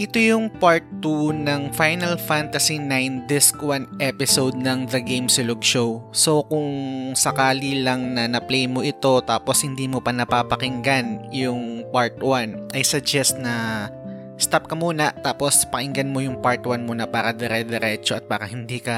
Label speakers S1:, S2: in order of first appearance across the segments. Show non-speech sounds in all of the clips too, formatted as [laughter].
S1: ito yung part 2 ng Final Fantasy 9 Disc 1 episode ng The Game Silog Show. So kung sakali lang na na-play mo ito tapos hindi mo pa napapakinggan yung part 1, I suggest na stop ka muna tapos pakinggan mo yung part 1 muna para dire-diretso at para hindi ka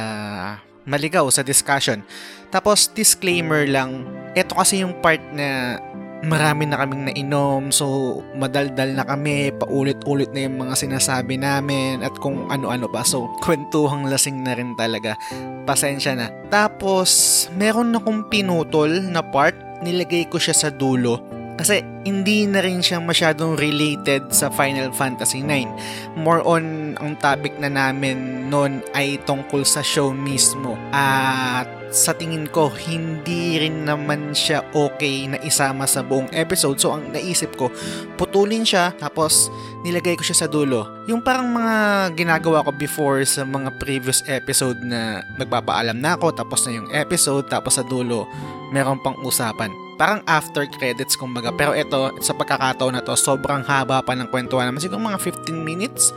S1: maligaw sa discussion. Tapos disclaimer lang, ito kasi yung part na marami na kaming nainom, so madaldal na kami, paulit-ulit na yung mga sinasabi namin at kung ano-ano pa. So, kwentuhang lasing na rin talaga. Pasensya na. Tapos, meron akong pinutol na part, nilagay ko siya sa dulo. Kasi hindi na rin siya masyadong related sa Final Fantasy 9. More on ang topic na namin noon ay tungkol sa show mismo. Ah, At sa tingin ko, hindi rin naman siya okay na isama sa buong episode. So, ang naisip ko, putulin siya, tapos nilagay ko siya sa dulo. Yung parang mga ginagawa ko before sa mga previous episode na nagpapaalam na ako, tapos na yung episode, tapos sa dulo, meron pang usapan. Parang after credits kumbaga. Pero ito, sa pagkakataon na to, sobrang haba pa ng kwentuhan naman. Siguro mga 15 minutes.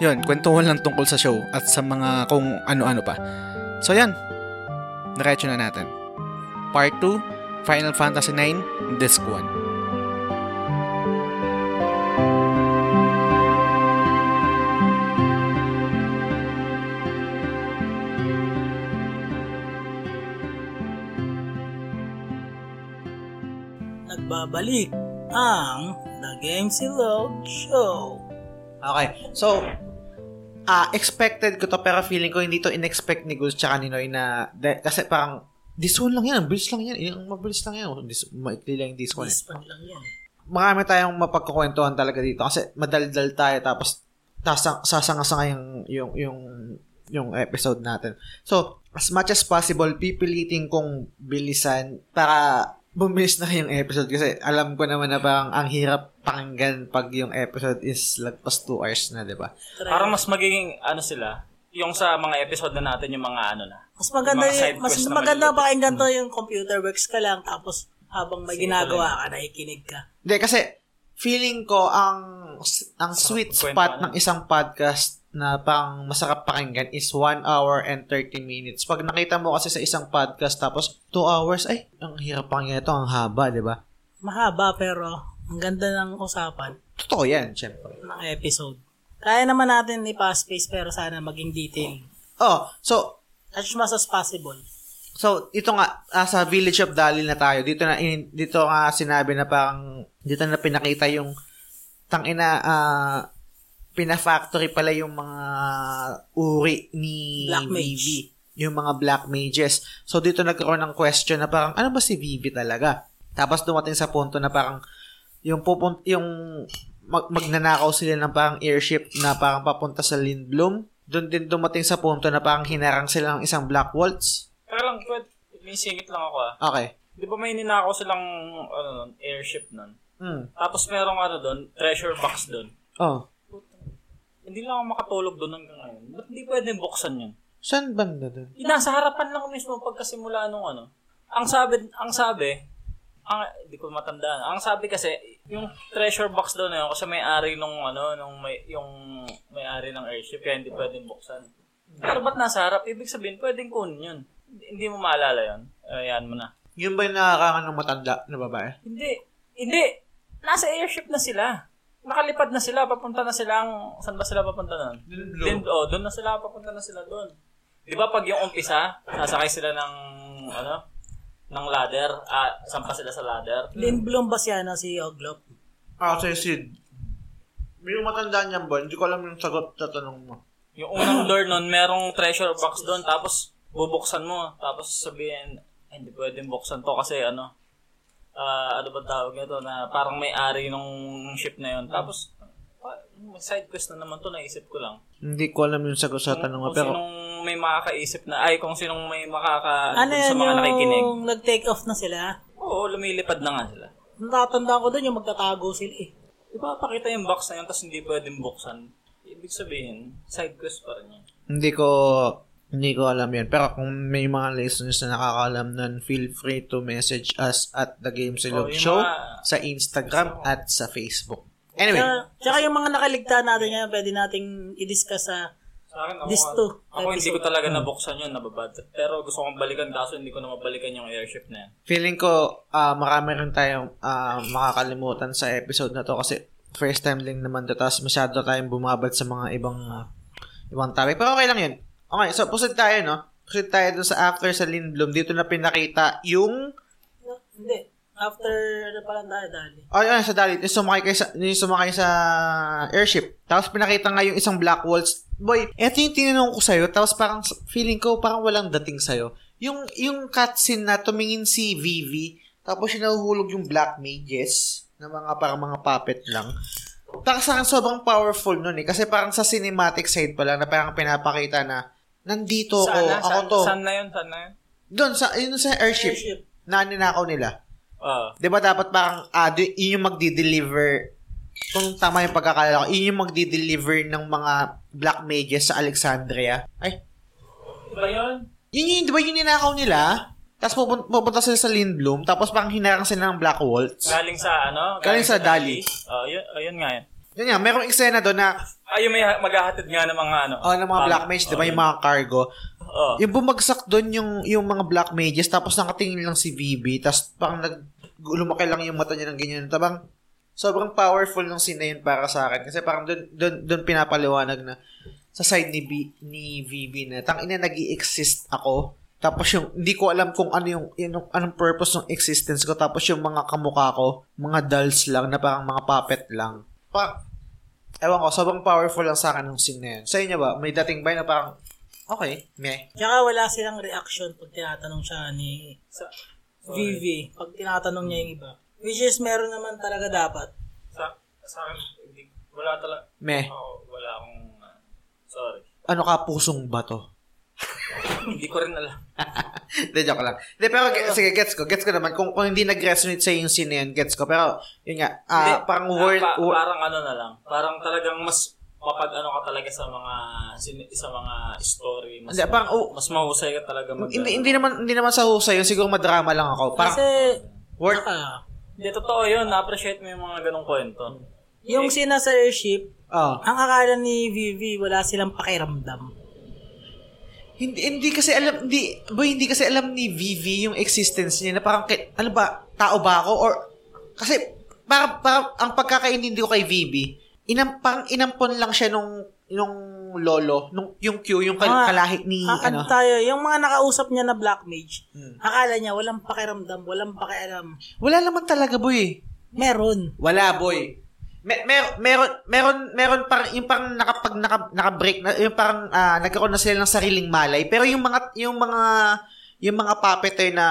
S1: Yun, kwentuhan lang tungkol sa show at sa mga kung ano-ano pa. So yan, Diretso na natin. Part 2, Final Fantasy 9, Disc 1.
S2: Nagbabalik ang The Game Silog Show.
S1: Okay, so, ah expected ko to pero feeling ko hindi to inexpect ni Gus tsaka ni Noy na de- kasi parang this one lang yan, ang bilis lang yan, yung mabilis lang yan, this, maikli lang yung this one. eh.
S2: This one lang yan.
S1: Marami tayong mapagkukwentuhan talaga dito kasi madaldal tayo tapos tasang, sasanga yung, yung, yung, yung episode natin. So, as much as possible, pipilitin kong bilisan para bumilis na yung episode kasi alam ko naman na parang ang hirap pakinggan pag yung episode is lagpas 2 hours na, di ba?
S2: Try.
S3: Parang mas magiging ano sila, yung sa mga episode na natin, yung mga ano na.
S2: mas maganda
S3: yung mga
S2: yung,
S3: side
S2: mas
S3: quest na
S2: maganda
S3: maliliit.
S2: pakinggan to yung computer works ka lang tapos habang may
S3: Sige,
S2: ginagawa ka, nakikinig ka.
S1: Hindi, kasi feeling ko ang ang sweet
S3: kwento
S1: spot
S3: ka na.
S1: ng isang podcast na pang masarap pakinggan is 1 hour and 30 minutes. Pag nakita mo kasi sa isang podcast tapos 2 hours, ay, ang hirap pakinggan ito, ang haba, di ba?
S2: Mahaba pero ang ganda ng usapan
S1: Totoo yan, syempre.
S2: ng episode. Kaya naman natin ni fast pace pero sana maging detail.
S1: Oh, so,
S2: As much as possible.
S3: Hmm.
S1: So, ito nga, ah, sa Village of Dalil na tayo, dito na, in- dito nga sinabi na parang, dito na pinakita yung, tangina, ah, pina-factory pala yung mga uri ni
S2: Black mage.
S1: Vivi. Yung mga black mages. So, dito nagkaroon ng question na parang, ano ba si Vivi talaga? Tapos dumating sa punto na parang, yung pupun- yung mag- magnanakaw sila ng parang airship na parang papunta sa Lindblom. Doon din dumating sa punto na parang hinarang sila ng isang Black Waltz.
S3: Kaya lang, pwede, may singit lang ako ah.
S1: Okay.
S3: Di ba may ninakaw silang ano, nun, airship nun?
S1: Mm.
S3: Tapos merong ano doon, treasure box doon.
S1: Oh.
S3: Hindi lang ako makatulog doon hanggang ngayon. Ba't hindi pwedeng buksan yun?
S1: Saan banda doon?
S3: Yung Nasa harapan lang mismo pagkasimula nung ano. Ang sabi, ang sabi, ang, hindi ko matandaan. Ang sabi kasi, yung treasure box daw na yun, kasi may-ari nung, ano, nung may, yung may-ari ng airship, kaya hindi pwedeng buksan. Pero ba't nasa harap? Ibig sabihin, pwedeng kunin yun. Hindi- Hindi mo maalala yun. Ayan mo na.
S1: Yun ba yung nakakakan ng matanda na babae?
S3: Hindi. Hindi. Nasa airship na sila. Nakalipad na sila. Papunta na silang... Saan ba sila papunta nun?
S1: Lindblom.
S3: Lind- oh, doon na sila. Papunta na sila doon. Di ba pag yung umpisa, sasakay sila ng... Ano? ng ladder. Ah, sampa sila sa ladder.
S2: Lindblom ba siya na si Oglop?
S1: Ah, si Sid. May yung matanda niyan ba? Hindi ko alam yung sagot sa tanong mo.
S3: Yung unang door nun, merong treasure box doon. Tapos, bubuksan mo. Tapos sabihin, "Ay, hindi pwedeng buksan to kasi ano, ah, ano ba tawag nito na parang may-ari nung ship na yun. Tapos, pa- may side quest na naman to, naisip ko lang.
S1: Hindi ko alam yung sagot sa tanong mo,
S3: Hmm, Kung
S1: pero...
S3: sinong may makakaisip na, ay, kung sinong may makaka,
S2: Ano
S3: dun sa
S2: yan
S3: mga nakikinig.
S2: yung nag-take off na sila?
S3: Oo, lumilipad na nga sila.
S2: Natatandaan ko doon yung magtatago sila eh.
S3: Ipapakita yung box na yun, tapos hindi pwedeng buksan. Ibig sabihin, side quest pa rin yun.
S1: Hindi ko... Hindi ko alam yun. Pero kung may mga listeners na nakakaalam nun, feel free to message us at The Game Silog
S3: Oh, yung
S1: Show
S3: mga-
S1: sa Instagram at sa Facebook.
S4: Anyway,
S2: Tsaka- tsaka yung mga nakaligtaan natin ngayon, pwede nating i-discuss sa
S3: Sa akin, ako,
S2: This too.
S3: ako hindi ko talaga nabuksan yun, nababad. Pero gusto kong balikan, kaso hindi ko na mabalikan yung airship na yan.
S1: Feeling ko ah marami rin tayong ah, makakalimutan sa episode na to kasi first time lang naman to tapos masyado tayong bumabad sa mga ibang ah, ibang topic. Pero okay lang yun. Okay, so proceed tayo, no? Proceed tayo dun sa after sa Lindblom. Dito na pinakita yung...
S2: No, hindi. After, ano pa lang tayo, dali.
S1: Oh, yun, sa dalit. Yung sumakay, kay sa, yung sumakay sa airship. Tapos pinakita nga yung isang Black Waltz. Boy, eto yung tinanong ko sa'yo. Tapos parang s- feeling ko parang walang dating sa'yo. Yung, yung cutscene na tumingin si Vivi. Tapos yung nahuhulog yung Black Mages. Na mga parang mga puppet lang. Para sa akin, sobrang powerful nun eh. Kasi parang sa cinematic side pa lang na parang pinapakita na nandito ako,
S3: Saan na?
S1: ako
S3: Saan-
S1: to.
S3: Saan na yun? Saan na yun?
S1: Doon, sa, yun sa airship.
S2: Airship.
S1: Na ninakaw nila.
S3: Ah.
S1: Di ba dapat parang ah, di- yun yung magdi-deliver kung tama yung pagkakalala ko, yun yung magdi-deliver ng mga black mages sa Alexandria. Ay,
S3: Iba yun?
S1: yun yun, di ba yun ninakaw nila? Tapos pupunta, pupunta sila sa Lindblom, tapos parang hinarang sila ng Black Waltz.
S3: Galing sa ano?
S1: Galing sa Dali.
S3: Oh, yun, oh, yun nga yun.
S1: Yun nga, merong eksena doon na,
S3: Ah, yung may ha- maghahatid nga ng mga ano.
S1: oh, ng mga black mages, di ba, yung mga cargo.
S3: Oh.
S1: Yung bumagsak doon yung, yung mga black mages, tapos nakatingin lang si Vivi, tapos parang nag, lumaki lang yung mata niya ng ganyan. Tabang, sobrang powerful ng scene na yun para sa akin. Kasi parang doon, doon, doon pinapaliwanag na sa side ni, B, ni Vivi na, tang ina, nag exist ako. Tapos yung, hindi ko alam kung ano yung, yung, anong purpose ng existence ko. Tapos yung mga kamukha ko, mga dolls lang na parang mga puppet lang. Pa, ewan ko, sobrang powerful lang sa akin ng scene na yun. Sa inyo ba, may dating ba na parang, okay, meh.
S2: Tsaka wala silang reaction pag tinatanong siya ni
S3: Sa,
S2: Vivi. Pag tinatanong niya yung iba. Which is, meron naman talaga dapat.
S3: sa, sa akin, hindi, wala talaga.
S1: Meh.
S3: Oh, wala akong, ah, sorry. [clears throat]
S1: Ano ka, pusong bato?
S3: hindi ko rin alam.
S1: [laughs] Hindi, joke lang. Hindi, pero ge- sige, gets ko. Gets ko naman. Kung, kung hindi nag-resonate sa yung scene na yun, gets ko. Pero, yun nga, ah,
S3: Hindi.
S1: parang
S3: Ah,
S1: word,
S3: pa-
S1: word-
S3: parang ano na lang. Parang talagang mas mapag ano ka talaga sa mga sin- sa mga story mas
S1: Hindi, parang, oh,
S3: mas mahusay ka talaga mag
S1: hindi, hindi naman, hindi naman sa husay yun. Siguro madrama lang ako. Parang,
S2: Kasi,
S1: word,
S2: ah,
S3: Hindi, totoo yun na-appreciate mo yung mga ganong kwento
S2: yung sina sa airship,
S1: ah.
S2: ang akala ni Vivi, wala silang pakiramdam.
S1: Hindi, hindi kasi alam, hindi, boy, hindi kasi alam ni Vivi yung existence niya na parang, kay- ano ba, tao ba ako? Or, kasi, parang, parang, ang pagkakaintindi ko kay Vivi, inam, parang inampon lang siya nung, nung lolo, nung, yung Q, yung kal-
S2: Ah,
S1: kalahik ni,
S2: Ah,
S1: ano.
S2: ano
S1: Hmm.
S2: tayo, yung mga nakausap niya na black mage, akala niya walang pakiramdam, walang pakialam.
S1: Wala naman talaga, boy. eh.
S2: Meron.
S1: Wala, boy. Mer- mer- meron meron meron parang yung parang nakapag naka, naka-break na yung parang ah, nagkaroon na sila ng sariling malay pero yung mga yung mga yung mga puppeteer na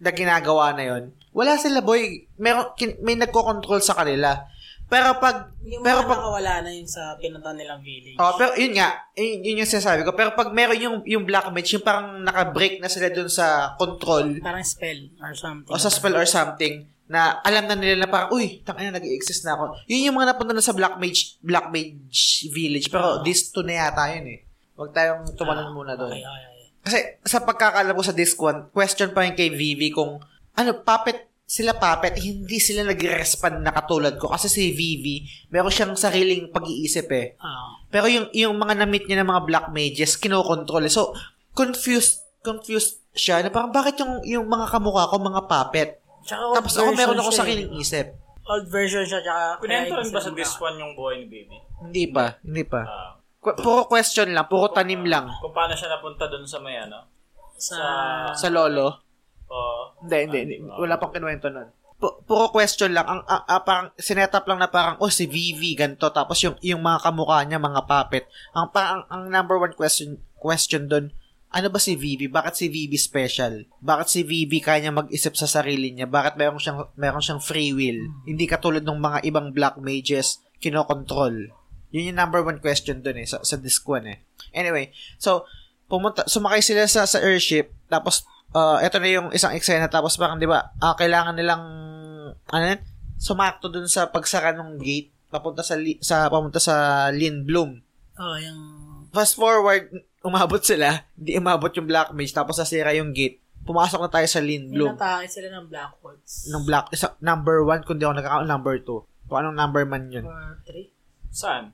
S1: na ginagawa na yon wala sila boy meron kin, may nagko-control sa kanila pero pag
S2: Yung
S1: pero
S2: mga
S1: pag
S2: nakawala na yun sa pinunta nilang village.
S1: Oh, pero yun nga, yun, yun yung sinasabi ko. Pero pag meron yung, yung black mage, yung parang naka-break na sila dun sa control,
S2: Parang spell or something.
S1: o Oh, sa spell or something na alam na nila na parang, uy, tangina, nag-exist na ako. Yun yung mga napunta na sa Black Mage, Black Mage Village. Pero this two na yata yun eh. Huwag tayong
S2: ah,
S1: tumalan muna doon.
S2: Ay, ay, ay.
S1: Kasi sa pagkakalam ko sa disc one, question pa rin kay Vivi kung, ano, puppet, sila puppet, hindi sila nag-respond na katulad ko. Kasi si Vivi, meron siyang sariling pag-iisip eh.
S2: Ah.
S1: Pero yung yung mga na-meet niya ng mga black mages, kinokontrol. eh. So, confused confused siya na parang bakit yung, yung mga kamukha ko mga puppet?
S2: Tsaka old
S1: Tapos ako
S2: version
S1: meron ako
S2: siya
S1: sa
S2: eh.
S1: kiling isip.
S2: Old version siya, tsaka...
S3: Kunento rin ba sa
S2: kaya-
S3: this one yung buhay ni baby
S1: Hindi pa, hindi pa.
S3: Ah,
S1: Qu- puro question lang, puro tanim lang.
S3: kung paano siya napunta doon sa may ano
S2: Sa...
S1: Sa lolo.
S3: oh
S1: Hindi, hindi, hindi. Wala pang kinuwento nun. Pu- puro question lang. Ang, ah, ah, parang sinetap lang na parang, oh, si Vivi, ganito. Tapos yung, yung mga kamukha niya, mga puppet. Ang, parang, ang number one question, question doon, ano ba si Vivi? Bakit si Vivi special? Bakit si Vivi kaya niya mag-isip sa sarili niya? Bakit meron siyang, meron siyang free will? Hindi katulad ng mga ibang black mages, kinokontrol. Yun yung number one question doon eh, sa, sa disc one eh. Anyway, so, pumunta, sumakay sila sa, sa airship, tapos, uh, eto na yung isang eksena, tapos parang, di ba, ah, kailangan nilang, ano yun, sumakto dun sa pagsara ng gate, papunta sa, li- sa, papunta sa Lindblom.
S2: Oh, yung...
S1: Fast forward, umabot sila, hindi umabot yung Black Mage, tapos nasira yung gate. Pumasok na tayo sa Lindblom.
S2: Inatake sila ng Black Horse.
S1: Nung Black, isa, number one, kundi ako nagkakaon, number two. Kung anong number man yun.
S2: Part 3.
S3: Saan?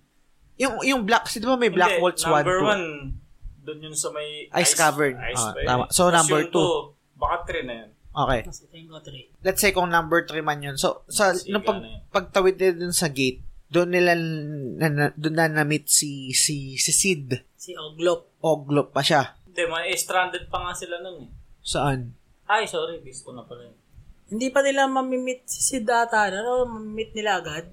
S1: Yung, yung black, kasi di ba may black
S3: Hindi,
S1: waltz 1,
S3: Number
S1: 2?
S3: one, doon yun sa may
S1: Ice cavern.
S3: Ice
S1: Ah,
S3: ba yun?
S1: tama. So,
S3: Tapos
S1: number
S3: yung
S1: two.
S3: two, Baka three na yun.
S1: Okay.
S2: Mas ito yung 3.
S1: Let's say kung number 3 man yun. So, sa,
S3: Sige,
S1: nung pag,
S3: ano yun.
S1: pagtawid nila dun sa gate, doon nila, na, na, doon na na-meet si, si, si Sid.
S2: Si Oglop.
S1: Oglop pa siya.
S3: Hindi, mga eh, stranded pa nga sila nun eh.
S1: Saan?
S3: Ay, sorry, disco na pala yun.
S2: Hindi pa nila mamimit si Data, ano? Mamimit nila agad.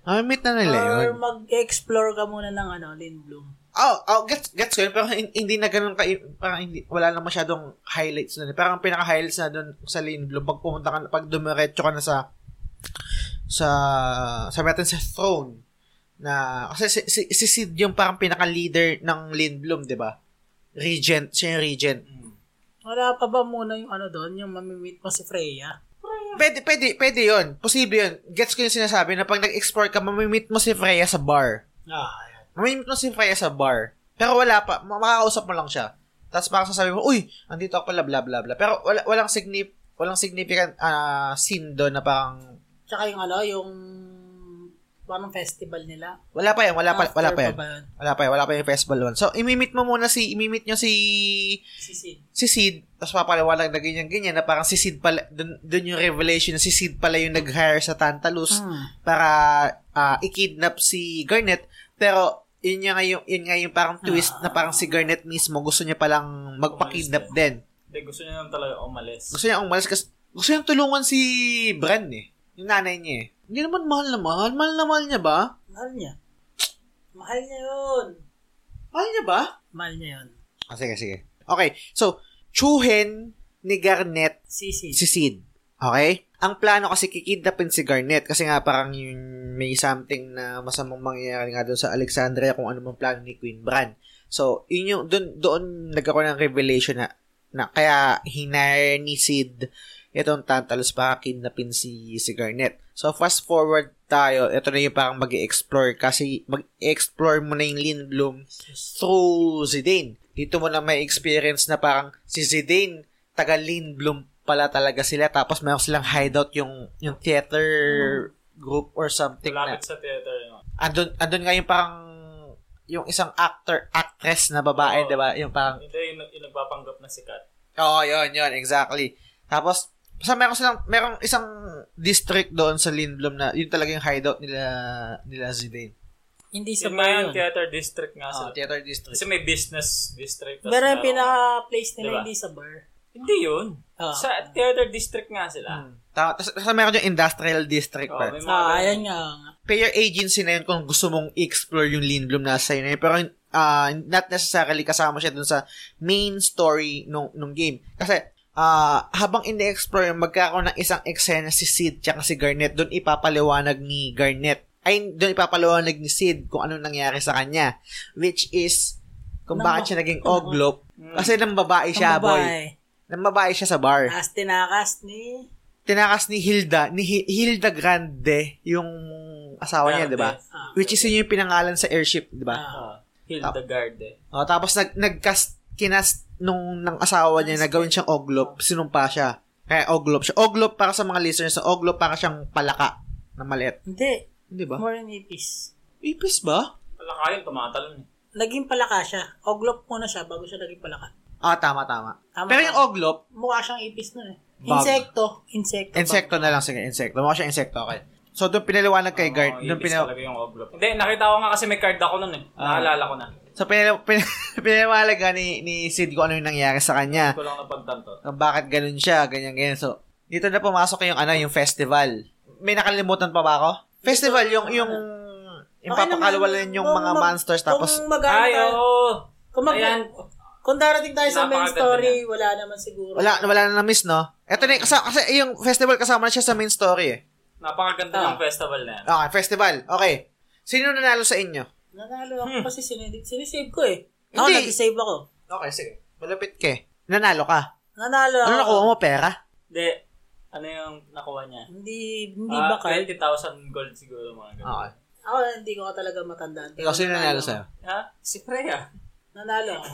S1: Na-meet na nila yun.
S2: Or mag-explore ka muna ng ano, Lindblom.
S1: Oh, oh, gets, gets ko yun. Pero hin- hindi na ganun ka, parang hindi, wala na masyadong highlights na. Parang ang pinaka-highlights na doon sa Lindblom, pag pumunta ka, na- pag dumiretso ka na sa, sa, sabi natin sa throne, na, kasi si, si, si Sid yung parang pinaka-leader ng Lindblom, di ba? Regent, siya yung regent.
S3: Hmm.
S2: Wala pa ba muna yung ano doon, yung mamimit mo si Freya?
S1: Pwede, pwede, pwede yun. Posible yun. Gets ko yung sinasabi na pag nag-explore ka, mamimit mo si Freya sa bar.
S2: Ah,
S1: Mamimit mo si Freya sa bar. Pero wala pa. ma- Makakausap mo lang siya. Tapos parang sasabi mo, uy, andito ako pala, bla, bla, bla. Pero wala, walang, signif- walang significant ah, scene doon na parang,
S2: Tsaka yung ano, yung parang festival nila.
S1: wala pa yan, wala pa,
S2: After
S1: wala pa yan.
S2: ba yun?
S1: Wala pa yan, wala pa yung festival one. So, imimit mo muna si, imimit nyo si,
S2: Si Sid.
S1: si Sid, tapos papaliwanag na ganyan-ganyan na parang si Sid pala, dun, dun yung revelation na si Sid pala yung nag-hire sa Tantalus para ah, i-kidnap si Garnet. Pero, yun nga yung, yun nga yung parang twist na parang si Garnet mismo gusto niya palang magpa-kidnap din.
S3: Hindi, gusto niya lang talaga umalis.
S1: Gusto niya umalis kasi gusto niya tulungan si Bran eh. Yung nanay niya eh. Hindi naman mahal na mahal. Mahal na mahal niya ba?
S2: Mahal niya. Mahal niya yun.
S1: Mahal niya ba?
S2: Mahal niya yun.
S1: Ah, sige, sige. Okay, so, chuhin ni Garnet
S2: Si Sid.
S1: si Sid. Okay? Ang plano kasi kikidnapin si Garnet kasi nga parang yun may something na masamang mangyayari nga doon sa Alexandria kung ano mang plano ni Queen Bran. So, yun yung, doon, doon nagkaroon ng revelation na, na kaya hinire ni Sid itong Tantalus para kidnapin si, si Garnet. So, fast forward tayo. Ito na yung parang mag explore kasi mag-explore mo na yung Lindblom through Zidane. Dito mo na may experience na parang si Zidane, taga Lindblom pala talaga sila. Tapos meron silang hideout yung, yung theater group or something na.
S3: Lapit sa theater. No?
S1: Andun, andun nga yung parang yung isang actor, actress na babae,
S3: Oo.
S1: di ba? Yung parang
S3: Hindi, yung, yung nagpapanggap na sikat.
S1: Oo, yun, yun, exactly. Tapos, sa meron silang, merong isang district doon sa Lindblom na, yun talaga yung hideout nila, nila Zidane.
S2: Hindi sa
S3: Yung nga yung
S2: yun.
S3: theater district nga
S1: Ah,
S3: sila.
S1: theater district.
S3: Kasi may business district. tas
S2: Pero yung
S3: meron-
S2: pinaka-place nila
S3: Diba?
S2: hindi sa bar.
S3: Hindi yun.
S2: Ah.
S3: Sa theater district nga sila.
S1: Hmm. Tapos, tapos meron yung industrial district
S3: Oo,
S1: pa.
S3: may
S2: Ah,
S3: mga ganun.
S2: ayan nga.
S1: Payer agency na yun kung gusto mong explore yung Lindblom na sa'yo na yun. Pero, ah, not necessarily kasama siya doon sa main story nung, nung game. Kasi, ah, habang ine-explore yun, magkakaroon ng isang eksena si Sid tsaka si Garnet. Doon ipapaliwanag ni Garnet. Ay, doon ipapaliwanag ni Sid kung ano nangyari sa kanya. Which is, kung
S2: Nang-
S1: bakit siya naging oglop. Kasi nang babae siya,
S2: Ang
S1: boy.
S2: babae.
S1: Nang babae siya sa bar.
S2: Tapos tinakas ni...
S1: Tinakas ni Hilda, ni Hi- Hilda Grande, yung asawa niya, di ba?
S2: Ah,
S1: Which is yun yung pinangalan sa airship, di ba?
S3: Ah, Hildegard eh.
S1: O, tapos nag nagcast kinast nung ng asawa niya na gawin siyang oglop, sinumpa siya. Kaya oglop siya. Oglop para sa mga listeners, so oglop para siyang palaka na maliit.
S2: Hindi.
S1: Di ba?
S2: More than ipis.
S1: Ipis ba?
S3: Palaka yun, tumatalon eh.
S2: Naging palaka siya. Oglop muna siya bago siya naging palaka.
S1: Ah, tama, tama.
S2: Tama.
S1: Pero yung oglop,
S2: Mukha siyang ipis nun eh.
S1: Bug.
S2: Insekto. Insekto.
S1: insekto na lang. Sige, insekto. Mukha siya insekto. Okay. So, doon pinaliwanag kay Guard.
S3: Oo,
S1: doon
S3: ibis
S1: pinal-
S3: Ah, talaga yung oglop. Hindi, nakita ko nga kasi may card ako nun eh.
S1: Ah.
S3: Naalala ko na. Hindi
S1: so, pinal- pinal- [laughs] pinaliwanag nga ni, ni Sid kung ano yung nangyari sa kanya.
S3: ko lang napagtanto.
S1: Kung bakit ganun siya, ganyan, ganyan. So, dito na pumasok yung ano, yung festival. May nakalimutan pa ba ako? Festival, yung, yung, yung
S2: Okay naman.
S1: papakalwalan yung
S2: Kung
S1: mga
S2: mag-
S1: monsters, tapos,
S2: Kung mag
S3: Ay,
S2: tayo-
S3: oo!
S2: Kung, mag-
S3: Ayan.
S2: kung darating tayo sa main
S3: Napakaganda
S2: story, wala naman siguro.
S1: wala, wala na na-miss, no? Ito na, yung- kasi, kasi yung festival kasama na siya sa main story, eh.
S3: Napakaganda
S2: Ah.
S3: ng festival na yan.
S1: Okay, festival. Okay. Sino nanalo sa inyo?
S2: Nanalo
S3: Hmm.
S2: ako kasi sinid- sinisave ko eh. Ako,
S1: Hindi.
S2: nag-save ako.
S1: Okay, sige. Malapit ka, eh. Nanalo ka.
S2: Nanalo ako.
S1: Ano nakuha mo, pera?
S3: Hindi, ano yung nakuha niya?
S2: Hindi, hindi
S3: Ah,
S2: ba kayo?
S3: 20,000 gold siguro mga ganun.
S1: Okay.
S2: Ako, hindi ko talaga matandaan.
S1: Ikaw, sino nanalo
S2: ako.
S1: sa'yo?
S3: Ha? Si Freya.
S2: Nanalo ako.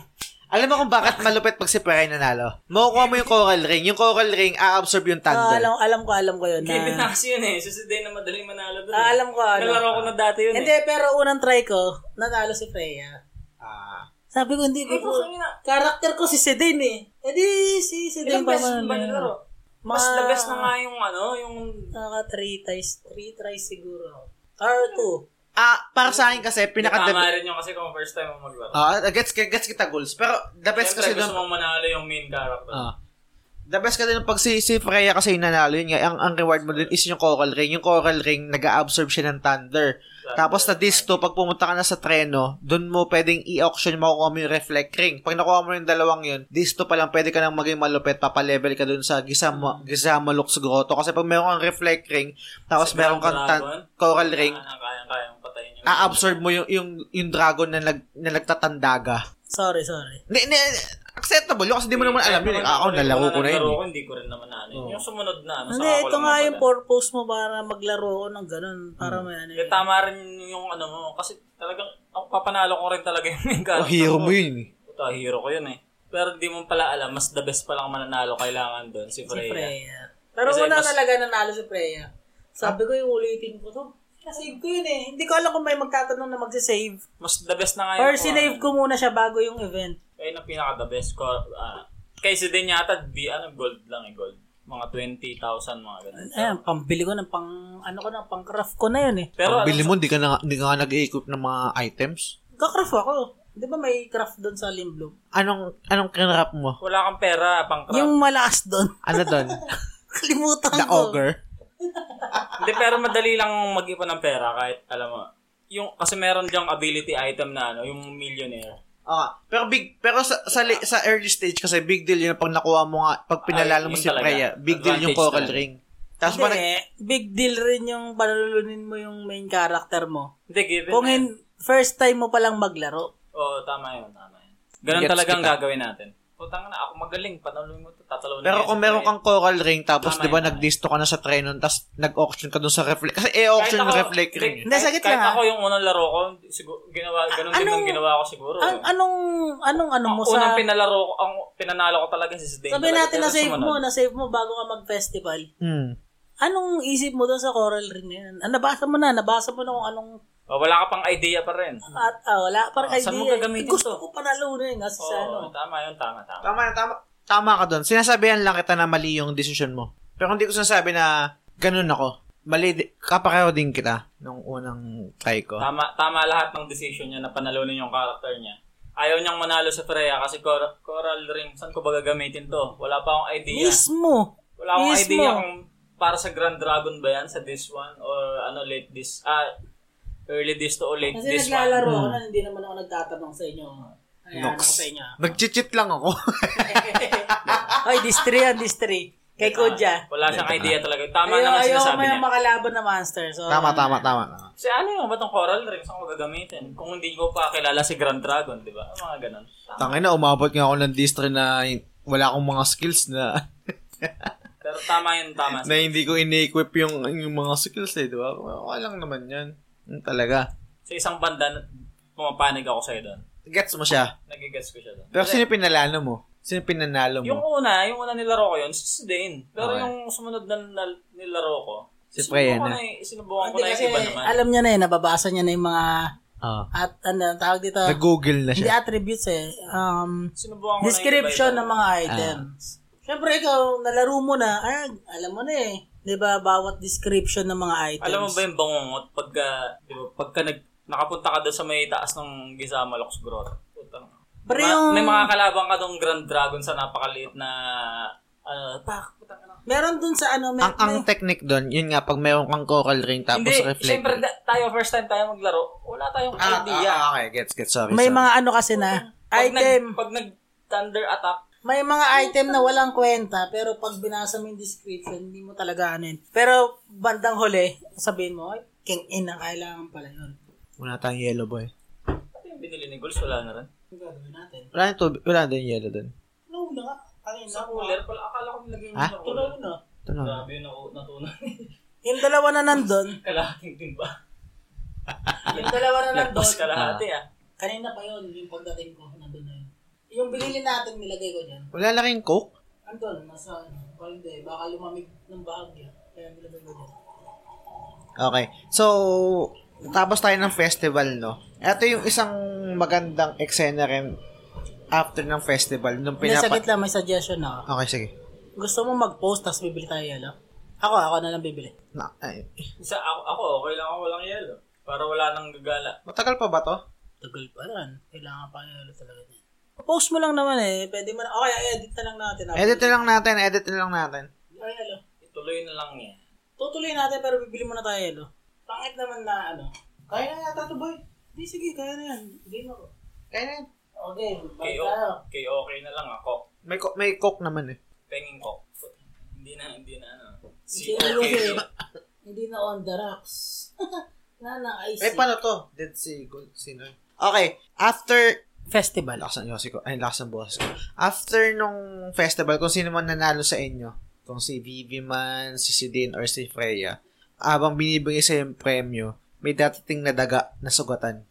S1: Alam mo kung bakit malupit pag si Perry nanalo? Makukuha mo yung coral ring. Yung coral ring, aabsorb yung
S2: Ah,
S1: thunder.
S2: alam, alam ko, alam ko yun. na-
S3: Game na kasi yun eh. Susunday na madaling manalo doon.
S2: Ah, alam ko, ano.
S3: Nalaro ko na dati yun
S2: Hindi,
S3: eh.
S2: pero unang try ko, natalo si Freya.
S1: Ah.
S2: Sabi ko, hindi ko
S3: Ay,
S2: po.
S3: putang ina.
S2: Karakter ko si Sedin eh. E di, si Sedin
S3: Ilang
S2: pa
S3: beses ba nilaro?
S2: man.
S3: Mas
S2: Ma-
S3: the best na nga yung ano, yung...
S2: Naka 3 tries, 3 tries siguro. Or 2.
S1: Ah, para sa akin kasi, pinaka...
S3: Tama rin yung kasi kung first time mo maglaro.
S1: Ah, gets, gets kita goals. Pero the best kasi
S3: Siyempre, gusto
S1: doon...
S3: mong manalo yung main character.
S1: Ah. The best kasi doon pag si, si Freya kasi yung nanalo yun nga, ang, ang reward mo doon is yung coral ring. Yung coral ring, nag-absorb siya ng thunder. Tapos na disto, pag pumunta ka na sa treno, doon mo pwedeng i-auction makukuha mo yung reflect ring. Pag nakuha mo yung dalawang yun, disto pa lang pwede ka nang maging malupit, papalevel ka doon sa Gisama, Gisama Lux Grotto. Kasi pag meron kang reflect ring, tapos
S3: Sa
S1: meron kang
S3: Grand
S1: tan-
S3: Dragon?
S1: coral ring,
S3: Kaya, kaya, kaya mong Ah, patayin yung...
S1: a-absorb mo yung, yung, yung dragon na, nag, na nagtatandaga.
S2: Sorry, sorry.
S1: Ni, ni, acceptable yun kasi di mo naman alam yun. eh. Ah, Ako,
S3: Hindi
S1: nalaro ko na yun.
S3: nalaro
S1: eh.
S3: ko, Hindi ko rin naman ano yun. Yung sumunod na, ano,
S2: Hindi,
S3: saka ako
S2: ito
S3: lang
S2: nga
S3: mapala.
S2: yung purpose mo para maglaro ko ng ganun. Para may ano
S3: Hindi,
S2: yun.
S3: tama rin yung ano mo. Kasi talagang, ako papanalo ko rin talaga yung main
S1: Oh,
S3: character.
S1: hero
S3: ko.
S1: mo yun. eh.
S3: Puta, hero ko yun eh. Pero di mo pala alam, mas the best pala ang mananalo kailangan doon, si
S2: Si
S3: Freya.
S2: Freya. Pero
S3: Kasi
S2: una
S3: mas-
S2: talaga nanalo si Freya. Sabi ko yung ulitin ko to. Nasave ko yun eh. Hindi ko alam kung may magtatanong na magsisave.
S3: Mas the best na nga
S2: Or
S3: yun.
S2: sinave ko muna siya bago yung event.
S3: Kaya na pinaka the best ko. ah, kaysa din yata, di, ano, gold lang eh, gold. Mga 20,000, mga ganun.
S2: Ayan, pambili ko ng pang, ano ko na, pang craft ko na yun eh.
S3: Pero
S1: Pag bili mo,
S3: ano,
S1: hindi ka, na, hindi ka nag-equip ng mga items.
S2: Kakraft ako. Di ba may craft doon sa Limbloom?
S1: Anong, anong kinrap mo?
S3: wala kang pera, pang craft.
S2: Yung malakas doon. [laughs]
S1: Ano doon?
S2: Kalimutan
S1: The
S2: ko.
S1: ogre?
S3: Hindi, pero madali lang mag-ipon ng pera kahit, alam mo, yung, kasi meron diyang ability item na ano, yung millionaire.
S1: Ah, pero big pero sa sa, li- sa early stage kasi big deal yun pag nakuha mo nga pag pinalalo
S3: Ay,
S1: mo
S3: yun
S1: si
S3: talaga.
S1: Freya, big deal yung
S3: Advantage
S1: coral
S3: talaga.
S1: ring. Tapos pa nag-
S2: Hindi, big deal rin yung panulunin mo yung main character mo.
S3: Hindi, given
S2: Kung
S3: na
S2: hin-
S3: yun.
S2: first time mo palang maglaro.
S3: Oo, tama yun, tama yun. Ganun
S1: Gets
S3: talaga ang
S1: kita.
S3: gagawin natin. Putang na, ako magaling, panalunin mo ito, tatalo
S1: pero kung meron kang coral ring tapos
S3: Tama
S1: 'di ba
S3: yun, tama
S1: nagdisto ka na sa tren nun tapos nag-auction ka dun sa reflect kasi i-auction yung reflect ring. eh.
S2: Hindi, saglit
S3: kahit
S2: lang,
S3: ako yung unang laro ko, siguro, ginawa, ganun din
S2: anong-
S3: yung ginawa ko siguro.
S2: Ang, anong, anong ano mo
S3: Ang
S2: sa...
S3: unang pinalaro ko, ang pinanalo ko talaga si Zidane.
S2: Sabihin
S3: talaga.
S2: natin
S3: Pero
S2: na save
S3: sumunod,
S2: mo, na save mo bago ka mag-festival.
S1: Hmm.
S2: Anong isip mo doon sa coral ring na yan? Ah, nabasa mo na, nabasa mo na kung anong
S3: oh, wala ka pang idea pa rin.
S2: at ah, wala parang
S3: Ah,
S2: idea.
S3: saan mo gagamitin
S2: Gusto
S3: to?
S2: ko panalunin kasi
S3: Oo,
S2: sa ano.
S3: tama yun, tama, tama.
S1: Tama tama. Tama ka doon. Sinasabihan lang kita na mali yung decision mo. Pero hindi ko sinasabi na ganun ako. Mali, di- kapareho din kita nung unang try ko.
S3: Tama, tama lahat ng decision niya na panalunin yung character niya. Ayaw niyang manalo sa Freya kasi cor- Coral Ring, saan ko ba gagamitin to? Wala pa akong idea.
S2: Mismo.
S3: Wala akong
S2: Mismo.
S3: idea kung para sa Grand Dragon ba yan, sa this one, or ano, late this, ah, early this to or late
S2: Kasi
S3: this one.
S2: naglalaro ako na hindi naman ako nagtatanong sa inyo. Ayan,
S1: Nox.
S2: ako sa inyo. [laughs] ah.
S1: Nag-cheat lang ako. [laughs]
S2: Ay, distri yan, distri. Kay
S3: ah.
S2: Kodja.
S3: Wala siyang idea talaga. Tama
S2: Ayaw,
S3: naman
S2: ayaw
S3: sinasabi
S2: may
S3: niya.
S2: makalaban na monster. So,
S1: tama, tama, tama, tama.
S3: Kasi ano yung batong coral ring? Saan ko gagamitin? Kung hindi ko pa kilala si Grand Dragon, di ba? Mga ganun.
S1: Tangin na, umabot nga ako ng distro na wala akong mga skills na
S3: Pero tama yun, tama.
S1: [laughs] na hindi ko ini-equip yung, yung mga skills eh, di ba? Okay lang naman yan. Yun Talaga.
S3: Sa isang banda, pumapanig ako sa'yo doon.
S1: Gets mo siya.
S3: Nagigets ko siya doon.
S1: Pero sino pinalalo mo? Sino pinanalo
S3: Yung
S1: mo?
S3: una, yung una nilaro ko yun, si Dane. Pero
S1: Ano? Okay.
S3: yung sumunod na nal- nilaro ko,
S1: Si Freya
S3: sinubukan
S1: na.
S3: ko eh- Sinubukan ko
S2: Hindi
S3: na yung
S2: kasi,
S3: iba naman.
S2: alam niya na eh, nababasa niya na yung mga,
S1: Ah.
S2: at, ano, ang tawag dito,
S1: Nag-google na
S2: hindi
S1: siya.
S2: attributes eh. Um,
S3: Sinubukan ko na yung
S2: description
S3: iba-iba.
S2: ng mga items.
S1: Ah.
S2: Siyempre, ikaw, nalaro mo na, ah, alam mo na eh. Di ba, bawat description ng mga items.
S3: Alam mo ba yung bangungot? Pagka, di ba, pagka nag, nakapunta ka doon sa may taas ng Gisama Locks Grotto. Puta na.
S2: Pero
S3: Ma-
S2: yung-
S3: May mga kalabang ka doon Grand Dragon sa napakaliit na, ano, pak, puta na.
S2: Meron dun sa ano, may,
S1: Ang, ang technique doon, yun nga, pag meron kang coral ring tapos
S3: Hindi,
S1: reflect.
S3: siyempre da- tayo, first time tayo maglaro, wala tayong
S1: Ah,
S3: idea.
S1: ah, okay, gets, gets, sorry.
S2: may
S1: sorry.
S2: mga ano kasi na,
S3: Pag
S2: item.
S3: Nag, pag nag-thunder attack,
S2: May mga item na walang kwenta, pero pag binasa mo yung description, hindi mo talaga anin. Pero bandang huli, sabihin mo, ay, king in ang kailangan pala yun.
S1: Wala tayong yellow boy.
S3: pati yung binili ni Goals, wala na rin.
S2: Ang gagawin natin? Ano
S1: Wala na tubig, wala din yellow doon.
S2: No, na ka. Ayun,
S3: Sa cooler pala, akala ko nilagay mo
S1: Ah?
S3: sa cooler.
S2: na.
S1: Ito na.
S3: Grabe yun, naku- natunan. [laughs]
S2: Yung dalawa na nandun,
S3: Kalahating timba.
S2: yung dalawa na nandun,
S3: Lagpas kalahati ah.
S2: kanina pa yun, yung pagdating ko, nandun na yun. Yung binili natin, nilagay ko dyan.
S1: Wala lang yung coke?
S2: Andun, nasa, baka hindi, baka lumamig ng bahagya. Kaya nilagay ko dyan.
S1: Okay. So, tapos tayo ng festival, no? Ito yung isang magandang eksena rin after ng festival. Nung
S2: Hindi,
S1: pinapa...
S2: saglit lang, may suggestion na ako.
S1: Okay, sige.
S2: Gusto mo mag-post, tapos bibili tayo yellow? Ako, ako na lang bibili.
S1: Na, ay,
S3: Isa, ako, ako, okay lang ako walang yelo. Para wala nang gagala.
S1: matagal pa ba to?
S2: Tagal pa rin. Kailangan pa yellow talaga niya. Post mo lang naman eh. Pwede mo na. Okay, edit na lang natin. Ako.
S1: Edit na lang natin, edit na lang natin.
S2: Ay, yellow.
S3: Ituloy na lang yan.
S2: Tutuloy natin pero bibili muna tayo yellow. Pangit naman na ano. Kaya na yata ito, boy. Hindi, sige. Kaya na yan. Game ako.
S1: Kaya na yan.
S2: Okay, bye
S3: Kay,
S2: tayo.
S3: o- kay okay na lang ako.
S1: May, co- may coke naman eh.
S3: Penging ko. Hindi na, hindi na ano. Si
S2: Hindi na yung
S3: okay.
S2: [laughs] Hindi na on the rocks. [laughs] Nana, I see.
S1: Eh, paano to? Dead si Gold, sino? Okay, after...
S2: Festival.
S1: Lakas ng yosi ko. Ay, lakas ng boses ko. After nung festival, kung sino man nanalo sa inyo, kung si Vivi man, si Sidin, or si Freya, abang binibigay sa yung premyo, may datating na daga na sugatan.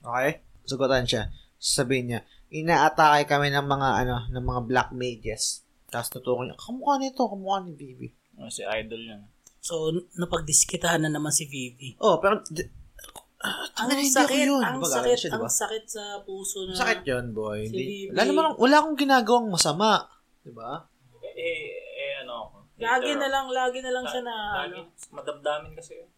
S1: Okay? Sugatan siya. Sabihin niya, inaatake kami ng mga, ano, ng mga black mages. Tapos tutukan niya, kamukha nito, kamukha ni Vivi.
S3: Oh, si idol niya.
S2: So, napagdiskitahan na naman si Vivi.
S1: Oh, pero... d- Ah,
S2: Ang
S1: tangina, hindi ako
S2: sakit,
S1: yun.
S2: ang
S1: Diba,
S2: sakit,
S1: ganun siya,
S2: ang
S1: diba?
S2: sakit sa puso na.
S1: Sakit yun, boy. Hindi,
S2: Vivi.
S1: wala, naman, wala akong ginagawang masama. Diba?
S3: Eh, eh, eh, ano ako.
S2: Lagi
S3: Later,
S2: na lang, lagi na lang siya na,
S3: Lagi,
S2: ano.
S3: madamdamin kasi yun.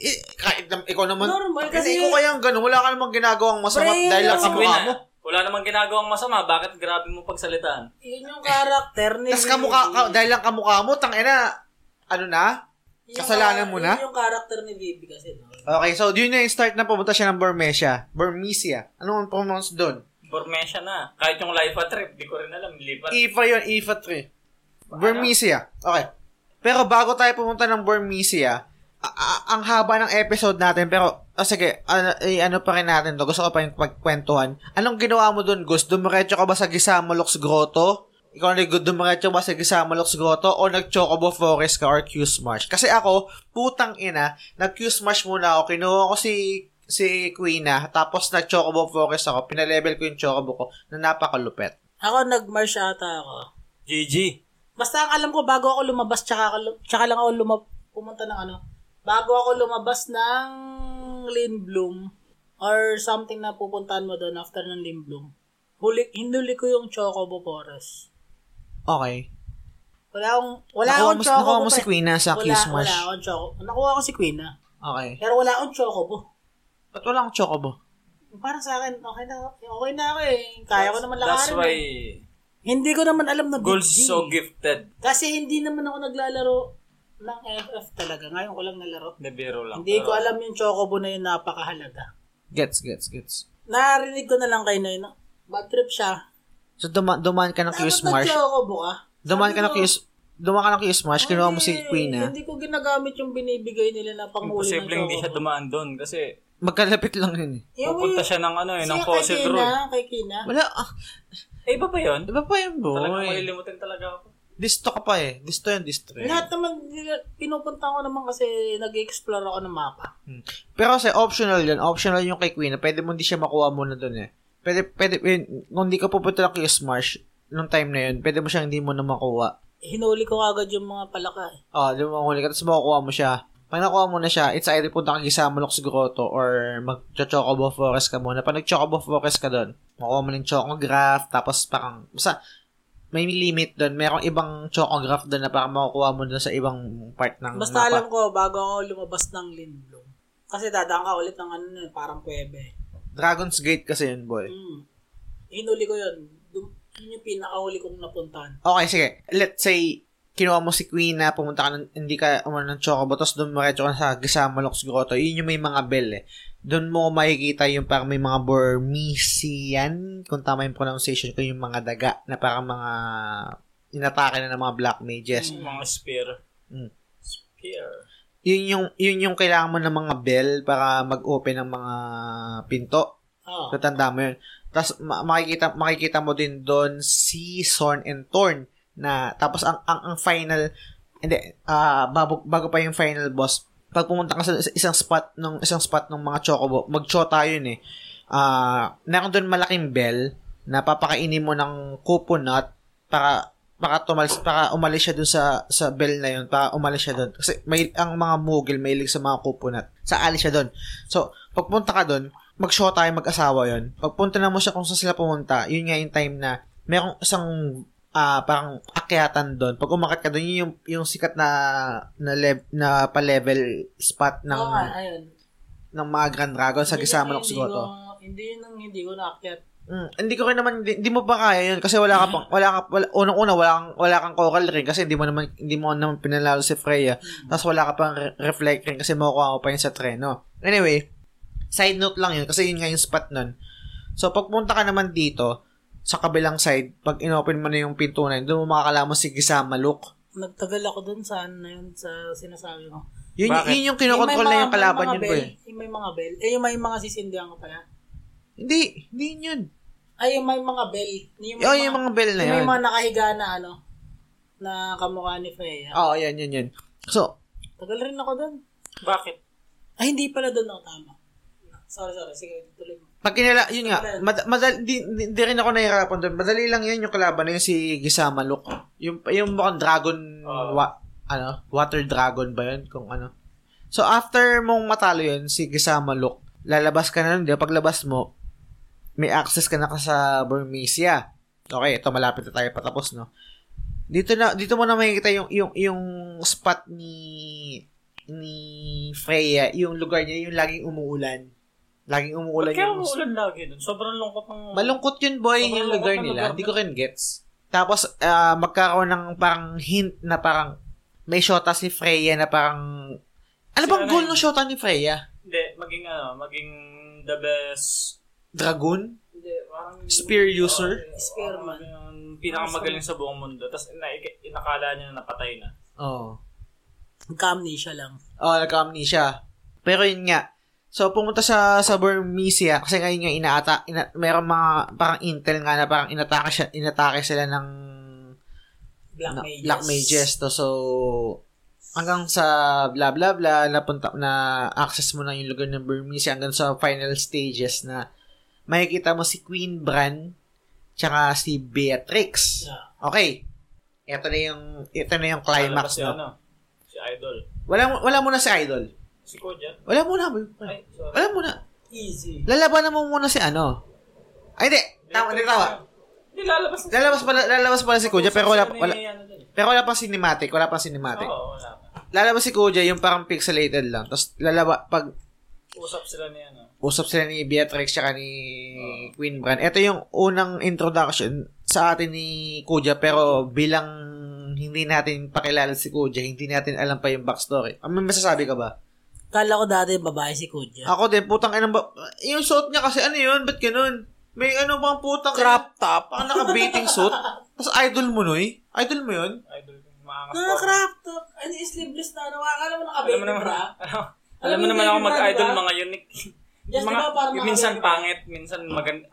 S1: Eh, kahit na, ikaw naman.
S2: Normal
S1: Tangina,
S2: kasi-
S1: Ikaw kayang ganun. Wala ka namang ginagawang masama
S2: Pre,
S1: dahil lang
S2: Kasi
S1: sa
S3: Kasi
S1: mukha mo.
S3: wala namang ginagawang masama. Bakit grabe mo pagsalitaan?
S2: Yun yung karakter ni
S1: Tapos kamukha, ka, dahil lang kamukha mo, tangina, ano na?
S2: Yun yung
S1: kasalanan
S2: kara-
S1: mo na?
S2: Yun yung karakter ni Vivi kasi. No?
S1: Okay, so yun na yung start na pumunta siya ng Burmesia. Burmesia. Ano ang pronounce doon?
S3: Formesya na. Kahit yung life trip, di ko rin alam. Lipat.
S1: Ifa yun, Ifa 3. Burmesia. Okay. Pero bago tayo pumunta ng Burmesia, a- a- ang haba ng episode natin, pero, oh, sige, ano, eh, ano pa rin natin to. Gusto ko pa yung pagkwentuhan. Anong ginawa mo doon, Gus? Dumiretso ka ba sa Gisamalox Grotto? Ikaw na dumiretso ba sa Gisamalox Grotto? O nag-Chocobo Forest ka or Q's Marsh? Kasi ako, putang ina, nag-Q's Marsh muna ako. Kinuha ko si si Quina, tapos nag-Chocobo Forest ako. Pinalevel ko yung Chocobo ko na napakalupet.
S2: Ako, nag-march ata ako.
S3: GG.
S2: Basta ang alam ko, bago ako lumabas, tsaka, ako lu- tsaka lang ako lumab pumunta ng ano. Bago ako lumabas ng Lindblom or something na pupuntahan mo doon after ng Lindblom. Huli, hinuli ko yung Chocobo Forest.
S1: Okay.
S2: Wala akong, wala
S1: Nakuha
S2: akong
S1: mo,
S2: Chocobo.
S1: nakuha mo
S2: pre.
S1: si Queen na sa
S2: wala,
S1: Kiss Marsh.
S2: Wala akong Chocobo. Nakuha ko si Queen na.
S1: Okay.
S2: Pero wala akong Chocobo.
S1: Ba't wala kang chocobo?
S2: Para sa akin, okay na, okay na ako eh. Kaya ko naman lakarin.
S3: That's why
S2: eh. Hindi ko naman alam na
S3: goals
S2: big
S3: so
S2: deal.
S3: gifted.
S2: Kasi hindi naman ako naglalaro ng FF talaga. Ngayon ko lang nalaro.
S3: Bebero lang.
S1: Ah.
S2: Hindi ko alam yung Chocobo na yun napakahalaga.
S1: Gets, gets, gets.
S2: Narinig ko na lang kay Noy na bad trip siya.
S1: So, duma dumaan ka ng Kiss
S2: Dapat na
S1: Marsh.
S2: Chocobo ka.
S1: Dumaan ka ng
S2: Sabi ko,
S1: Kiss... Dumaan ka ng Kiss Marsh, kinuha mo si
S2: hindi,
S1: Queen ah. na.
S2: Hindi ko ginagamit yung binibigay nila na panghuli ng
S3: Imposible
S2: Chocobo.
S3: hindi siya dumaan doon kasi
S1: Magkalapit lang yun eh.
S2: Yung-
S3: pupunta siya ng ano eh, ng
S2: siya kay
S3: fossil
S2: Kina,
S3: road.
S2: kay Kina.
S1: Wala, ah,
S3: Eh, iba pa yun?
S1: di ba pa yun,
S3: Talagang
S1: boy?
S3: malilimutan talaga ako.
S1: Disto ka pa eh. Disto yun, disto yun.
S2: Lahat naman, nila- pinupunta ko naman kasi nag-explore ako ng mapa.
S1: Hmm. Pero kasi optional yun. Optional yung kay Queen. Pwede mo hindi siya makuha muna dun eh. Pwede, pwede, yun, kung hindi ka pupunta ng Kiss Marsh, nung time na yun, pwede mo siyang hindi mo na makuha.
S2: Hinuli ko agad yung mga palaka. eh.
S1: Oh, di mo mahuli ka, tapos makukuha mo siya. Pag nakuha mo na siya, it's either punta ka sa Malox Grotto or mag-chocobo forest ka muna. Pag nag-chocobo forest ka doon, makuha mo ng chocograph, tapos parang, basta, may limit doon. Merong ibang chocograph doon na parang makukuha mo doon sa ibang part ng
S2: Basta alam ko, bago ako lumabas ng Lindblom. Kasi dadaan ka ulit ng ano, na yun, parang pwebe.
S1: Dragon's Gate kasi yun, boy.
S2: Mm. Hinuli ko yun. Dum- yun yung pinakahuli kong napuntahan.
S1: Oh, Okay, sige. Let's say, kinuha mo si Queen na pumunta ka ng, hindi ka umano ng Chocobo, tapos doon maretso ka sa Gisamalox Grotto. Yun yung may mga bell eh. Doon mo makikita yung parang may mga Burmesian, kung tama yung pronunciation ko, yung mga daga na parang mga inatake na ng mga black mages.
S3: Yung Mga spear.
S1: Mm.
S3: Spear.
S1: Yun yung yun yung kailangan mo ng mga bell para mag-open ng mga pinto.
S2: Ah,
S1: Oh. Tatanda mo yun. Tapos ma- makikita, makikita mo din doon si Sorn and Torn na tapos ang ang, ang final hindi ah bago, bago pa yung final boss pag pumunta ka sa sa isang spot ng isang spot ng mga chocobo mag-chota yun eh ah meron doon malaking bell na papakainin mo ng coupon nut para para tumalis para umalis siya dun sa sa bell na yun para umalis siya dun kasi may ang mga mugil may sa mga kupunat sa alis siya dun so pagpunta ka dun mag-show tayo mag-asawa yun pagpunta na mo siya kung saan sila pumunta yun nga yung time na merong isang ah parang akyatan dun pag umakyat ka dun yun yung, yung sikat na na, lev, na pa-level spot ng
S2: Oo nga, Ah, ayun.
S1: ng mga Grand Dragon sa
S2: Hindi
S1: Gisama
S2: yun
S1: ng
S2: ang
S1: Sigoto.
S2: hindi ko- Hindi yun ang hindi ko naakyat.
S1: Mm, hindi ko rin naman hindi, hindi mo pa kaya 'yun kasi wala ka pang wala ka wala, unang-una wala kang wala kang coral ring kasi hindi mo naman hindi mo naman pinalalo si Freya.
S2: Mm.
S1: Tapos wala ka pang re- reflect ring kasi makukuha mo pa yun sa treno. Anyway, side note lang 'yun kasi yun nga yung spot nun. So pagpunta ka naman dito sa kabilang side, pag inopen mo na yung pinto na yun, doon mo makakalaman si Gisama Look.
S2: Nagtagal ako dun sa ano na yun sa sinasabi mo.
S1: Yun,
S4: Bakit?
S1: yun yung kinokontrol na yung kalaban yun ko eh.
S2: Yung may mga bell. Eh, yung may mga sisindihan ko pala.
S1: Hindi, hindi yun yun.
S2: Ay, yung may mga bell. Yung
S1: Oh, yung mga bell na
S2: yung
S1: yun.
S2: may mga nakahiga na ano na kamukha ni Freya.
S1: Oo, yan, Oh, yun, yun. So,
S2: Tagal rin ako dun.
S3: Bakit?
S2: Ay, hindi pala dun ako tama. Sorry, sorry. Sige, tuloy mo.
S1: Pag kinala, yun nga, mad, madal, di, di, di rin ako nahihirapan doon. Madali lang yun yung kalaban na yun si Gisama Look. Yung, yung mukhang dragon,
S3: Oo.
S1: wa, ano, water dragon ba yun? Kung ano. So, after mong matalo yun, si Gisama Look, lalabas ka na nun. di ba? Paglabas mo, may access ka na ka sa Burmesia. Okay, ito malapit na tayo patapos, no? Dito na dito mo na makikita yung yung yung spot ni ni Freya, yung lugar niya, yung laging umuulan. Laging umuulan
S3: Ba't kaya umuulan lagi dun? Sobrang lungkot ng...
S1: Malungkot yun, boy,
S3: Sobrang
S1: yung
S3: lungkot
S1: lugar
S3: ng
S1: nila.
S3: lugar
S1: Hindi
S3: nila.
S1: ko rin gets. Tapos, ah, magkakaroon ng parang hint na parang may shota si Freya na parang... Ano
S3: Si
S1: bang
S3: ano
S1: goal
S3: yun?
S1: ng shota ni Freya?
S3: Hindi, maging ano, maging the best...
S1: Dragoon?
S3: Hindi, parang...
S1: Spear
S2: Oh,
S1: user?
S3: Oo,
S2: Spearman.
S3: Yung pinakamagaling sa buong mundo. Tapos ina- inakala niya na napatay na.
S1: Oo. Oh.
S2: Nagka-amnesia lang.
S1: Oh, nagka-amnesia. Pero yun nga. So, pumunta sa sa Burmesia kasi ngayon nga inaata, ina, meron mga parang intel nga na parang inatake, siya, inatake sila ng
S2: Black
S1: na-
S2: Mages.
S1: Black Mages to. So, hanggang sa bla bla bla, napunta na access mo na yung lugar ng Burmese hanggang sa final stages na makikita mo si Queen Bran tsaka si Beatrix.
S2: Yeah.
S1: Okay. Ito na yung ito na yung
S3: Lalabas
S1: climax
S3: si
S1: no.
S3: ano, Si Idol.
S1: Wala wala muna si Idol.
S3: Si Kodja.
S1: Wala muna.
S3: Ay, sorry.
S1: Wala muna.
S2: Easy.
S1: Lalabanan mo muna si ano. Ay, hindi. Tama, hindi tama.
S3: Hindi, lalabas na.
S1: Lalabas pala, lalabas pala si Kuya, pero wala, wala,
S3: Ano dun eh.
S1: pero wala pang cinematic, wala pang cinematic.
S3: Oo, wala pa.
S1: lalabas si Kuya yung parang pixelated lang. Tapos lalaba, pag
S3: Usap sila ni ano.
S1: usap sila ni Beatrix tsaka ni Queen Bran. Ito yung unang introduction sa atin ni Kuya pero bilang hindi natin pakilala si Kuya, hindi natin alam pa yung backstory. Ano may masasabi ka ba?
S2: Kala ko dati babae si Kudya.
S1: Ako din, putang inang ba... Yung suot niya kasi ano yun? Ba't ganun? May ano bang putang... Crop top? Parang naka-bathing [laughs] suit? Tapos idol mo noy? Idol mo yun?
S3: Idol. Maangas
S2: Ah, crap to. Ano yung sleeveless na ano? Akala mo
S3: Alam
S2: naka-baby
S3: mo naman, ano,
S2: bra?
S3: alam,
S2: Alam
S3: mo
S2: mo
S3: naman
S2: yung
S3: ako
S2: baby
S3: mag-idol
S2: bra, di ba?
S3: mga unique.
S2: Yes,
S3: mga,
S2: di ba, parang
S3: yung minsan
S2: naka-baby bra?
S3: pangit, minsan maganda,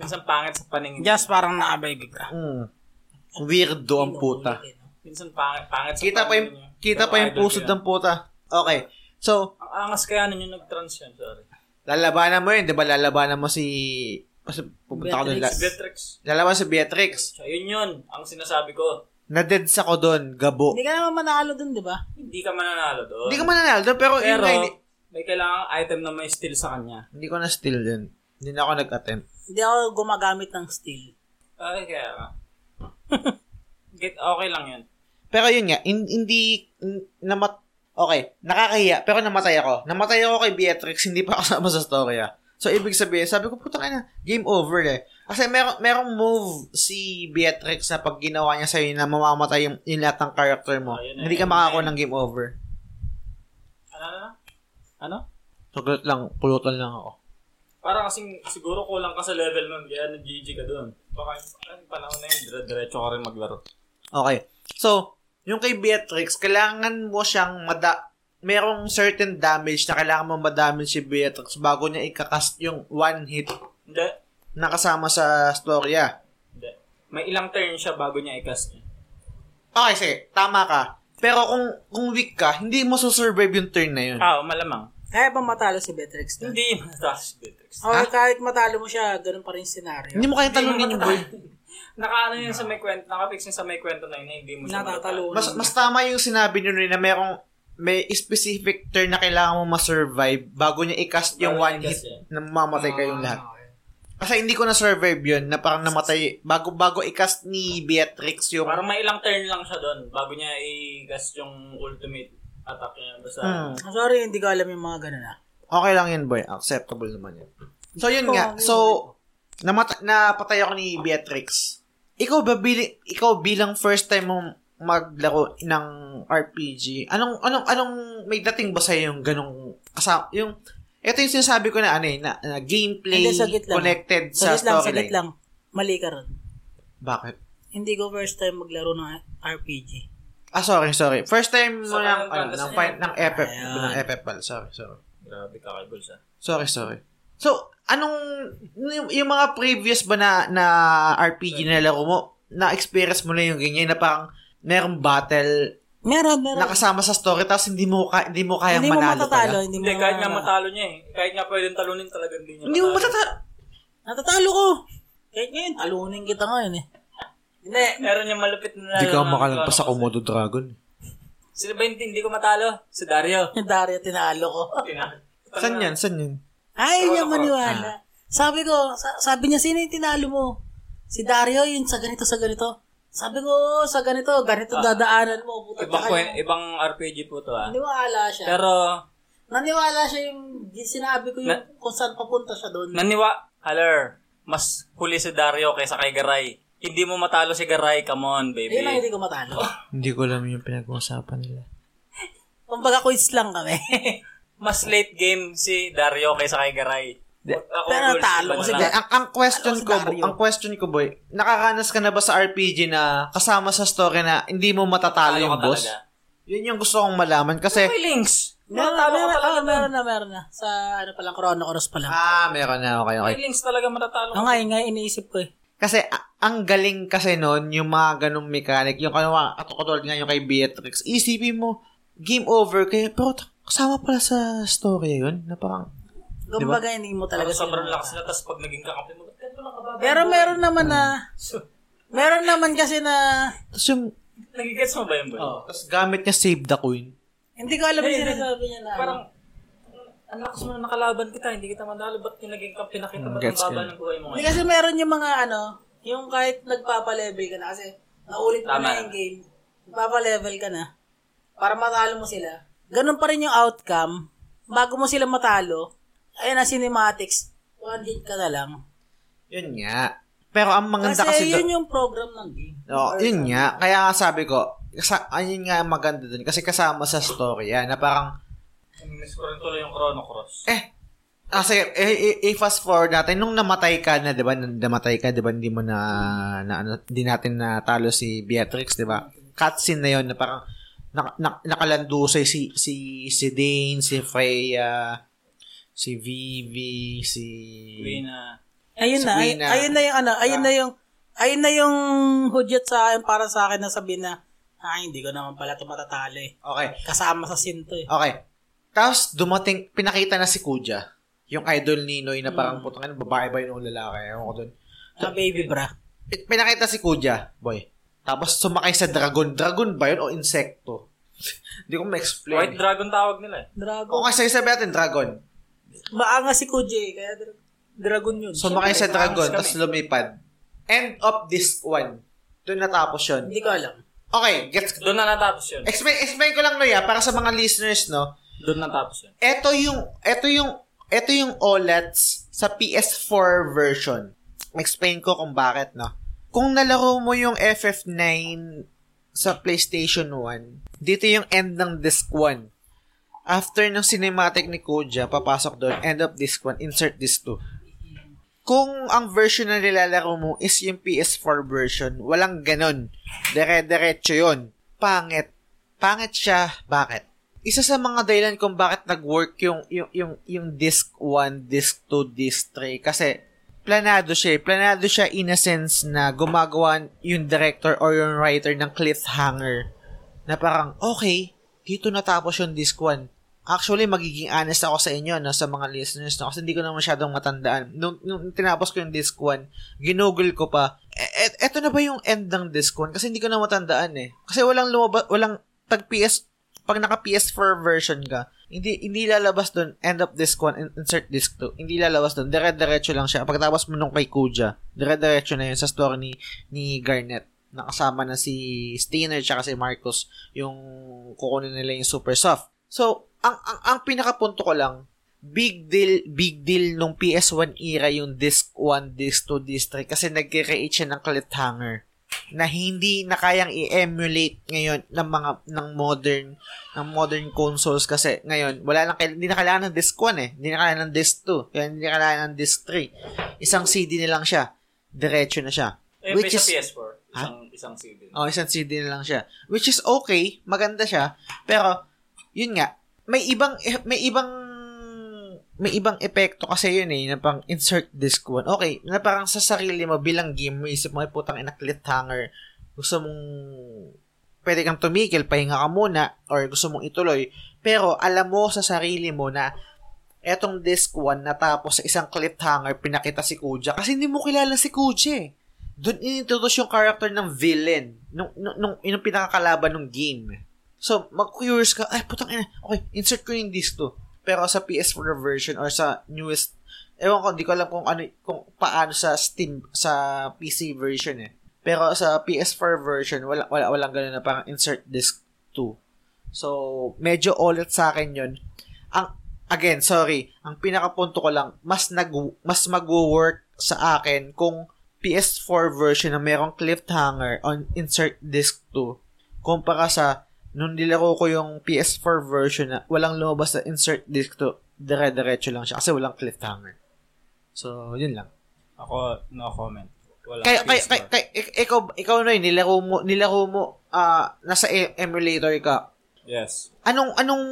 S3: minsan pangit sa paningin.
S2: Just parang naka-baby bra.
S1: Mm. Weirdo ang puta.
S3: Minsan pangit, pangit sa
S1: Kita pa yung,
S3: paningin niya.
S1: kita
S3: Pero
S1: pa yung
S3: idol
S1: pusod
S3: sila.
S1: ng puta. Okay. So,
S3: Ang angas kaya nun yung nag-trans yun, sorry.
S1: lalabanan mo yun, di ba? Lalabanan mo si... Kasi pupunta ko doon.
S3: Si Beatrix.
S1: Lalaban si Beatrix.
S3: So, yun yun, ang sinasabi ko.
S1: Nadeds ako doon, gabo.
S2: Hindi ka naman manalo dun, di ba?
S3: Hindi ka mananalo doon.
S1: Hindi ka mananalo doon, pero, yun
S3: Pero,
S1: nga, hindi,
S3: may kailangang item na may steal sa kanya.
S1: hindi ko na steal doon. Hindi na ako nag-attempt.
S2: Hindi ako gumagamit ng steel.
S3: Ay, kaya [laughs] ka. Get, okay lang yun.
S1: Pero yun nga, hin- hindi, hin- namat, okay, nakakahiya, pero namatay ako. Namatay ako [laughs] kay Beatrix, hindi pa kasama sa story ah. So, ibig sabihin, sabi ko, putang ina, game over eh. Kasi merong, merong move si Beatrix na pag ginawa niya sa'yo na mamamatay yung, yung lahat ng character mo.
S3: Oh, yun na,
S1: hindi ka
S3: yun
S1: makakakuha
S3: na.
S1: ng game over.
S3: Ano, ano, ano? Ano?
S1: Saglit lang, pulutan lang ako.
S3: Parang kasing siguro kulang ka sa level nun, kaya nag-GG ka dun. Baka yung- ay, yung panahon na yun, dire-diretso ka rin maglaro.
S1: Okay. So, yung kay Beatrix, kailangan mo siyang mada merong certain damage na kailangan mo madamage si Beatrix bago niya ikakast yung one hit
S3: Hindi,
S1: nakasama sa storya.
S3: hindi. May ilang turn siya bago niya i-cast niya.
S1: Okay, sige. Tama ka. Pero kung kung weak ka, hindi mo susurvive yung turn na yun.
S3: Ah, malamang.
S2: Kaya ba matalo si Betrix? doon?
S3: Hindi matalo si Beatrix.
S2: O kahit matalo mo siya, ganun pa rin yung scenario.
S1: Ah? Hindi mo kayang talunin yung boy.
S3: Nakaano yun sa may kwento, nakapix yun sa may kwento na yun, na hindi mo siya
S2: Natatalo.
S1: Mas, mas tama yung sinabi nyo rin na merong may specific turn na kailangan mo ma-survive bago niya i-cast yung
S3: Bago
S1: one
S3: niya i-cast
S1: hit
S3: yan. Ah.
S1: na mamamatay kayong lahat.
S2: Ah,
S1: Kasi hindi ko na-survive yun na parang namatay bago bago i-cast ni Beatrix yung
S3: Parang may ilang turn lang siya doon bago niya i-gas yung ultimate attack niya. Basta,
S1: Hmm.
S2: I'm Ah, sorry, hindi ko alam yung mga ganun ah.
S1: Okay lang yun, boy. Acceptable naman yun. So, yun
S2: Oo,
S1: nga.
S2: yun.
S1: So, namata- napatay ako ni Beatrix. Ikaw ba bili- ikaw bilang first time mong maglaro ng RPG, anong anong anong may dating ba sa yung ganong kasama yung ito yung sinasabi ko na ano eh, na, na gameplay
S2: Hindi, saglit lang.
S1: connected sa
S2: Saglit lang, saglit
S1: storyline.
S2: lang. Mali ka ron.
S1: Bakit?
S2: Hindi ko first time maglaro ng RPG.
S1: Ah, sorry, sorry. First time mo ng,
S3: Sa kanan-
S1: ano,
S3: kanan-
S1: ng,
S3: sa-
S1: fight, ng FF,
S2: Ayan.
S1: ng FF pala. Sorry, sorry.
S3: grabe ka kay Bulls ah.
S1: Sorry, sorry. So, anong, yung, yung mga previous ba na, na RPG na laro mo, na-experience mo na yung ganyan na parang merong battle
S2: Meron, meron.
S1: nakasama sa story tapos hindi mo ka, hindi mo kayang
S2: hindi mo
S1: manalo
S2: matatalo.
S1: pala.
S2: Hindi,
S3: Hindi,
S2: mo
S3: kahit nga matalo niya eh. Kahit nga pwedeng talunin talaga hindi niya
S1: Hindi mo matatalo.
S2: Natatalo ko. Kahit ngayon, talunin kita ngayon eh. [laughs] Hindi.
S3: Meron yung malupit na na- ano,
S1: Komodo Dragon.
S3: Sino ba hindi, hindi ko matalo? Si Dario.
S2: Yung Dario, tinalo ko. [laughs]
S3: Tina-
S1: Saan yan? Saan yan?
S2: Ay,
S3: Ah.
S2: niya maniwala. Sabi ko, sa- sabi niya, sino yung tinalo mo? Si Dario, yun sa ganito, sa ganito. Sabi ko, "Oh, sa ganito, ganito dadaanan mo. Puta,
S3: Ah. Ibang,
S2: tsaka
S3: kwen- ibang RPG po to ah.
S2: Naniwala siya.
S3: Pero,
S2: Naniwala siya yung yung sinabi ko yung kung saan papunta siya doon.
S3: naniwa, haler, mas huli si Dario kaysa kay Garay. Hindi mo matalo si Garay, come on, baby.
S2: Yun ang hindi ko
S3: [laughs]
S2: matalo.
S1: Hindi ko alam yung pinag-uusapan nila.
S2: Kumbaga quiz lang kami. [laughs]
S3: mas late game si Dario kaysa kay Garay. Ako,
S2: pero
S3: Bulls,
S2: talo
S3: iba
S2: ko si
S3: na lang.
S1: Hindi, ang, ang question
S2: Ano si
S1: ko, bo-
S2: Dario?
S1: ang question ko boy, nakakanas ka na ba sa RPG na kasama sa story na hindi mo matatalo
S3: Talo
S1: yung
S3: ka
S1: boss?
S3: talaga.
S1: Yun yung gusto kong malaman kasi
S3: May links.
S2: meron,
S3: Matatalo ka
S2: meron,
S3: talaga.
S2: oh, meron na, meron na. Sa ano pa lang, Chrono Cross pa lang.
S1: ah, meron na okay okay.
S3: May links talaga matatalo.
S2: Ang nga, yun nga yung iniisip ko eh.
S1: Kasi a- ang galing kasi noon yung mga ganong mechanic, yung kanawa at katulad nga yung kay Beatrix, isipin mo, game over kayo, pero ta- kasama pala sa story yun, na parang,
S2: Kumbaga, hindi mo talaga
S3: Talaga sobrang
S2: sila-
S3: lakas na, tapos pag naging kakampi mo, ganito lang [laughs] kababa.
S2: Pero meron naman na, meron naman kasi na,
S1: tapos yung,
S3: Nagigets mo ba yun, boy?
S1: tapos gamit niya save the queen.
S2: hindi ko alam yung
S3: Hindi,
S2: sinasabi niya na. Parang,
S3: Parang, ang lakas mo na nakalaban kita, hindi kita manalo, ba't yung naging kampi na kita, ba't ang
S1: Mm, gets
S3: baba
S1: ko.
S3: ng buhay mo
S2: hindi
S3: ngayon?
S2: kasi meron yung mga ano, yung kahit nagpapalevel ka na kasi naulit mo
S3: Tama.
S2: na yung game, nagpapalevel ka na para matalo mo sila. Ganun pa rin yung outcome. Bago mo sila matalo, ayun na cinematics, one hit ka na lang.
S1: Yun nga. Pero ang maganda kasi,
S2: Kasi
S1: do-
S2: yun yung program ng game.
S1: Oo, yun nga. Kaya nga sabi ko, sa, ayun nga ang maganda dun. Kasi kasama sa story yan, na parang,
S3: Miss ko rin tuloy yung Chrono Cross.
S1: eh, ah, sige, eh, eh, eh, fast forward natin. Nung namatay ka na, di ba? Nung namatay ka, di ba? Hindi mo na, na ano, hindi natin natalo si Beatrix, di ba? Cutscene na yun na parang na, na, nakalandusay si, si, si Dane, si Freya, si Vivi, si... Eh,
S3: Tuloy na,
S2: Ayun na, ay,
S1: Sabihin na- Ah.
S2: ayun na yung ano, ayun na yung ayun na yung hudyat sa akin para sa akin na sabihin na ay hindi ko naman pala to matatalo eh.
S1: Okay.
S2: Kasama sa sinto eh.
S1: Okay. Tapos dumating, pinakita na si Kuja, yung idol ni Noy na parang putang ina, babae ba yun o lalaki? Ewan ko dun.
S2: Ah, baby bra.
S1: Pi- Pinakita Eh, si Kuja, boy. Tapos sumakay sa dragon. Dragon ba yun o insekto? [laughs] Hindi ko
S3: White
S1: ma-explain.
S3: Dragon tawag nila eh.
S2: Dragon.
S1: Okay, sige sabi natin, dragon.
S2: Maanga si Kuji eh, kaya dra- dragon yun.
S1: Sumakay sa
S2: Siyempre,
S1: dragon,
S3: kami.
S1: tapos lumipad. End of this one. Doon natapos yun.
S2: Hindi ko alam.
S1: Okay, gets
S3: Doon na natapos yun.
S1: Explain, explain ko lang, Noy, ah, para sa mga listeners, no?
S3: Doon natapos yun.
S1: Ito yung, ito yung, ito yung OLEDs sa PS4 version. Explain ko kung bakit, no? Kung nalaro mo yung FF9 sa PlayStation 1, dito yung end ng disc 1. After ng cinematic ni Koja, papasok doon, end of disc 1, insert disc 2. Kung ang version na nilalaro mo is yung PS4 version, walang ganon. Dere-derecho yun. Pangit. Pangit siya. Bakit? Isa sa mga dahilan kung bakit nag-work yung, yung, yung, yung disc 1, disc 2, disc 3. Kasi planado siya. eh. Planado siya in a sense na gumagawa yung director or yung writer ng cliffhanger na parang, okay, dito natapos yung disc 1. Actually, magiging honest ako sa inyo, no, sa mga listeners, no, kasi hindi ko na masyadong matandaan. Nung, nung tinapos ko yung disc 1, ginugol ko pa, e- et- eto na ba yung end ng disc 1? Kasi hindi ko na matandaan eh. Kasi walang lumaba, walang tag PS, pag naka PS4 version ka, hindi hindi lalabas doon end of disc 1 in- insert disc 2 hindi lalabas doon dire-diretso lang siya pagkatapos mo nung kay Kuja dire-diretso na yun sa story ni ni Garnet nakasama na si Steiner tsaka si Marcos yung kukunin nila yung super soft. So, ang, ang, ang pinakapunto ko lang, big deal, big deal nung PS1 era yung disc 1, disc 2, disc 3 kasi nagkikreate siya ng cliffhanger na hindi na kayang i-emulate ngayon ng mga ng modern ng modern consoles kasi ngayon wala lang kail- hindi na kailangan ng disc 1 eh hindi na kailangan ng disc 2 kaya hindi na kailangan ng disc 3 isang CD na lang siya diretso na siya
S3: Eh,
S1: Which
S3: may sa
S1: is-
S3: PS4. Isang, isang CD.
S1: Oh, isang CD na lang siya. Which is okay, maganda siya, pero yun nga, may ibang eh, may ibang may ibang epekto kasi yun eh, na pang insert disc one. Okay, na parang sa sarili mo bilang game, may isip mo, ay putang ina cliffhanger. Gusto mong pwede kang tumigil, pahinga ka muna, or gusto mong ituloy. Pero alam mo sa sarili mo na etong disc 1 natapos sa isang cliffhanger, pinakita si Kuja. Kasi hindi mo kilala si Kuja eh doon inintroduce yung character ng villain nung, nung, nung, yung pinakakalaban ng game. So, mag-curious ka, ay, putang ina, okay, insert ko yung disc to. Pero sa PS4 version or sa newest, ewan ko, hindi ko alam kung, ano, kung paano sa Steam, sa PC version eh. Pero sa PS4 version, wala, wala, walang ganun na parang insert disc to. So, medyo ulit sa akin yun. Ang, again, sorry, ang pinakapunto ko lang, mas nag, mas mag-work sa akin kung PS4 version na merong cliffhanger on insert disc 2 kumpara sa nung nilaro ko yung PS4 version na walang lumabas na insert disc 2 dire-diretso lang siya kasi walang cliffhanger. So, yun lang.
S3: Ako, no comment. Wala
S1: Kaya, kaya, kaya, kaya, ik- ikaw, ikaw na nilaro mo, nilaro mo, ah, nasa e- emulator ka.
S3: Yes.
S1: Anong, anong,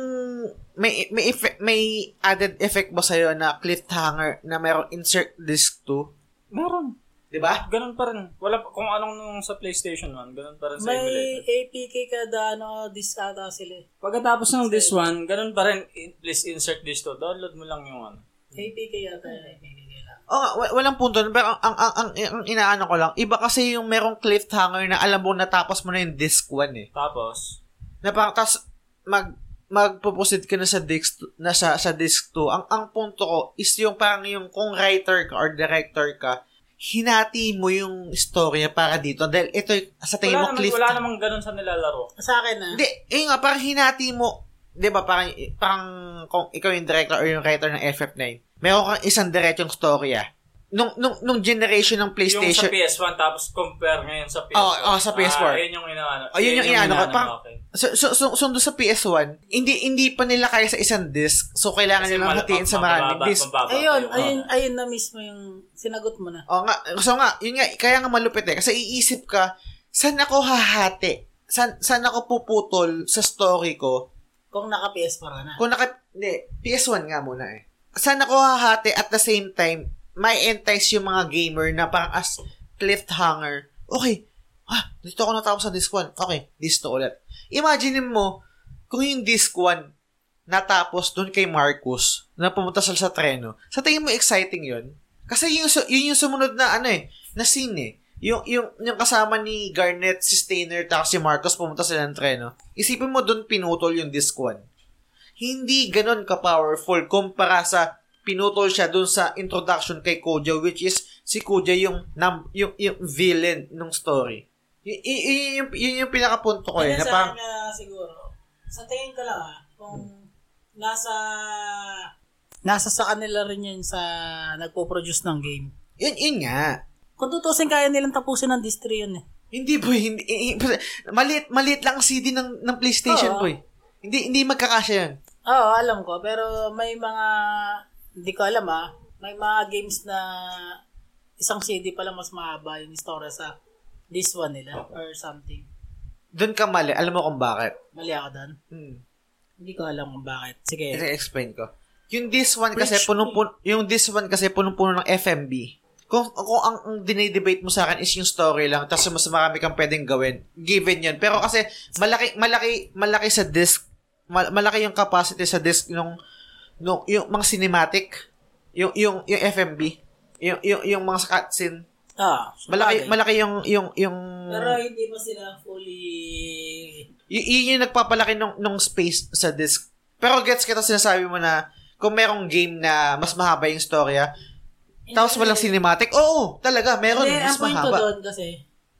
S1: may, may, effect, may added effect ba sa'yo na cliffhanger na merong insert disc 2?
S3: Meron.
S1: Di ba?
S3: Ganun pa rin. Wala, pa- kung anong nung sa PlayStation 1, ganun pa rin sa
S2: May
S3: emulator.
S2: APK kada ano, disc ata sila eh.
S3: Pagkatapos ng this one, ganun pa rin. In- please insert this to. Download mo lang yung ano.
S1: Hmm.
S2: APK yata yun. APK nila.
S1: Oo nga, wa- walang punto. nun. Pero ang, ang, ang, ang, ang inaano ko lang, iba kasi yung merong cliffhanger na alam mo natapos mo na yung disc 1 eh.
S3: Tapos,
S1: Na parang tas mag, magpupusit ka na sa disc, na sa, sa disc 2. Ang, ang punto ko is yung parang yung kung writer ka or director ka, hinati mo yung storya para dito. Dahil ito, y- sa tingin
S3: wala,
S1: mo
S3: naman,
S1: cliff...
S3: wala namang ganun sa nilalaro.
S2: Sa akin ah.
S1: Hindi, yun nga, parang hinati mo, di ba, parang, parang kung ikaw yung director or yung writer ng FF9, meron kang isang diretsong storya. Nung, nung, nung generation ng
S3: Yung sa
S1: PlayStation,
S3: PS1, tapos compare ngayon sa PS4.
S1: Oo, oo, sa PS4.
S3: Ah, yun yung inaano.
S1: Oh, yun yung inaano ko. Parang- ano
S3: okay.
S1: So, so, so, sundo sa PS1, hindi hindi pa nila kaya sa isang disc. So, kailangan
S3: Kasi
S1: nilang
S3: mala-
S1: hatiin sa
S3: mababa-
S1: maraming disc.
S3: mababa Ah, pa
S2: Ayun,
S3: yung-
S1: Ah,
S2: ayun, ayun na mismo yung sinagot mo na.
S1: O nga, so nga, yun nga, kaya nga malupit eh. Kasi iisip ka, saan ako hahati? Saan, saan ako puputol sa story ko?
S2: Kung naka-PS4 ka na.
S1: Kung naka, hindi, PS1 nga muna eh. Saan ako hahati at the same time, may entice yung mga gamer na parang as cliffhanger. Okay, ah, dito ako natapos sa disc 1. Okay, disc 2 ulit. Imagine mo, kung yung disc 1, natapos doon kay Marcus na pumunta sa, sa treno. Sa tingin mo exciting 'yon? Kasi yun, yung su- yun yung sumunod na ano eh, na scene eh. Yung, yung, yung kasama ni Garnet, si Stainer, tapos si Marcus pumunta sila ng treno. Isipin mo doon pinutol yung disc 1. Hindi ganun ka-powerful kumpara sa pinutol siya doon sa introduction kay Koja which is si Koja yung, nam, yung, yung villain ng story. Y- y- y- yun yung- yun yung pinakapunto ko eh. Na
S2: Ayun Ano sa
S1: parang,
S2: akin na siguro. Sa tingin ko lang ah,
S1: Hmm.
S2: kung nasa nasa sa kanila rin yan sa nagpo-produce ng game.
S1: yun, yun nga.
S2: Kung tutusin, kaya nilang tapusin ng Disc 3 yun eh.
S1: Hindi boy, hindi, hindi- maliit, maliit lang ang CD ng, ng PlayStation
S2: Oo.
S1: boy. Hindi, hindi magkakasya yun.
S2: Oo, alam ko. Pero may mga, hindi ko alam ah, may mga games na isang CD pala mas mahaba yung story sa this one nila or something.
S1: Doon ka mali, alam mo kung bakit.
S2: Mali ako doon.
S1: Hmm.
S2: Hindi ko alam kung bakit. Sige.
S1: I-explain ko. Yung this one kasi punong-puno, yung this one kasi punong-puno ng FMB. Kung, kung ang, ang dinidebate mo sa akin is yung story lang, tapos mas marami kang pwedeng gawin, given yun. Pero kasi malaki, malaki, malaki sa disc mal- malaki yung capacity sa disk nung, nung yung mga cinematic, yung yung yung FMV, yung yung, yung mga cutscene.
S2: Ah,
S1: Malaki
S2: sabagay.
S1: malaki yung yung yung
S2: Pero hindi pa sila fully...
S1: y- yun yung nagpapalaki nung nung space sa disk. Pero gets kita sinasabi mo na kung merong game na mas mahaba yung storya, tapos walang cinematic, oo, talaga, meron,
S2: Hindi,
S1: mas
S2: ang point ko
S1: mahaba.
S2: doon kasi,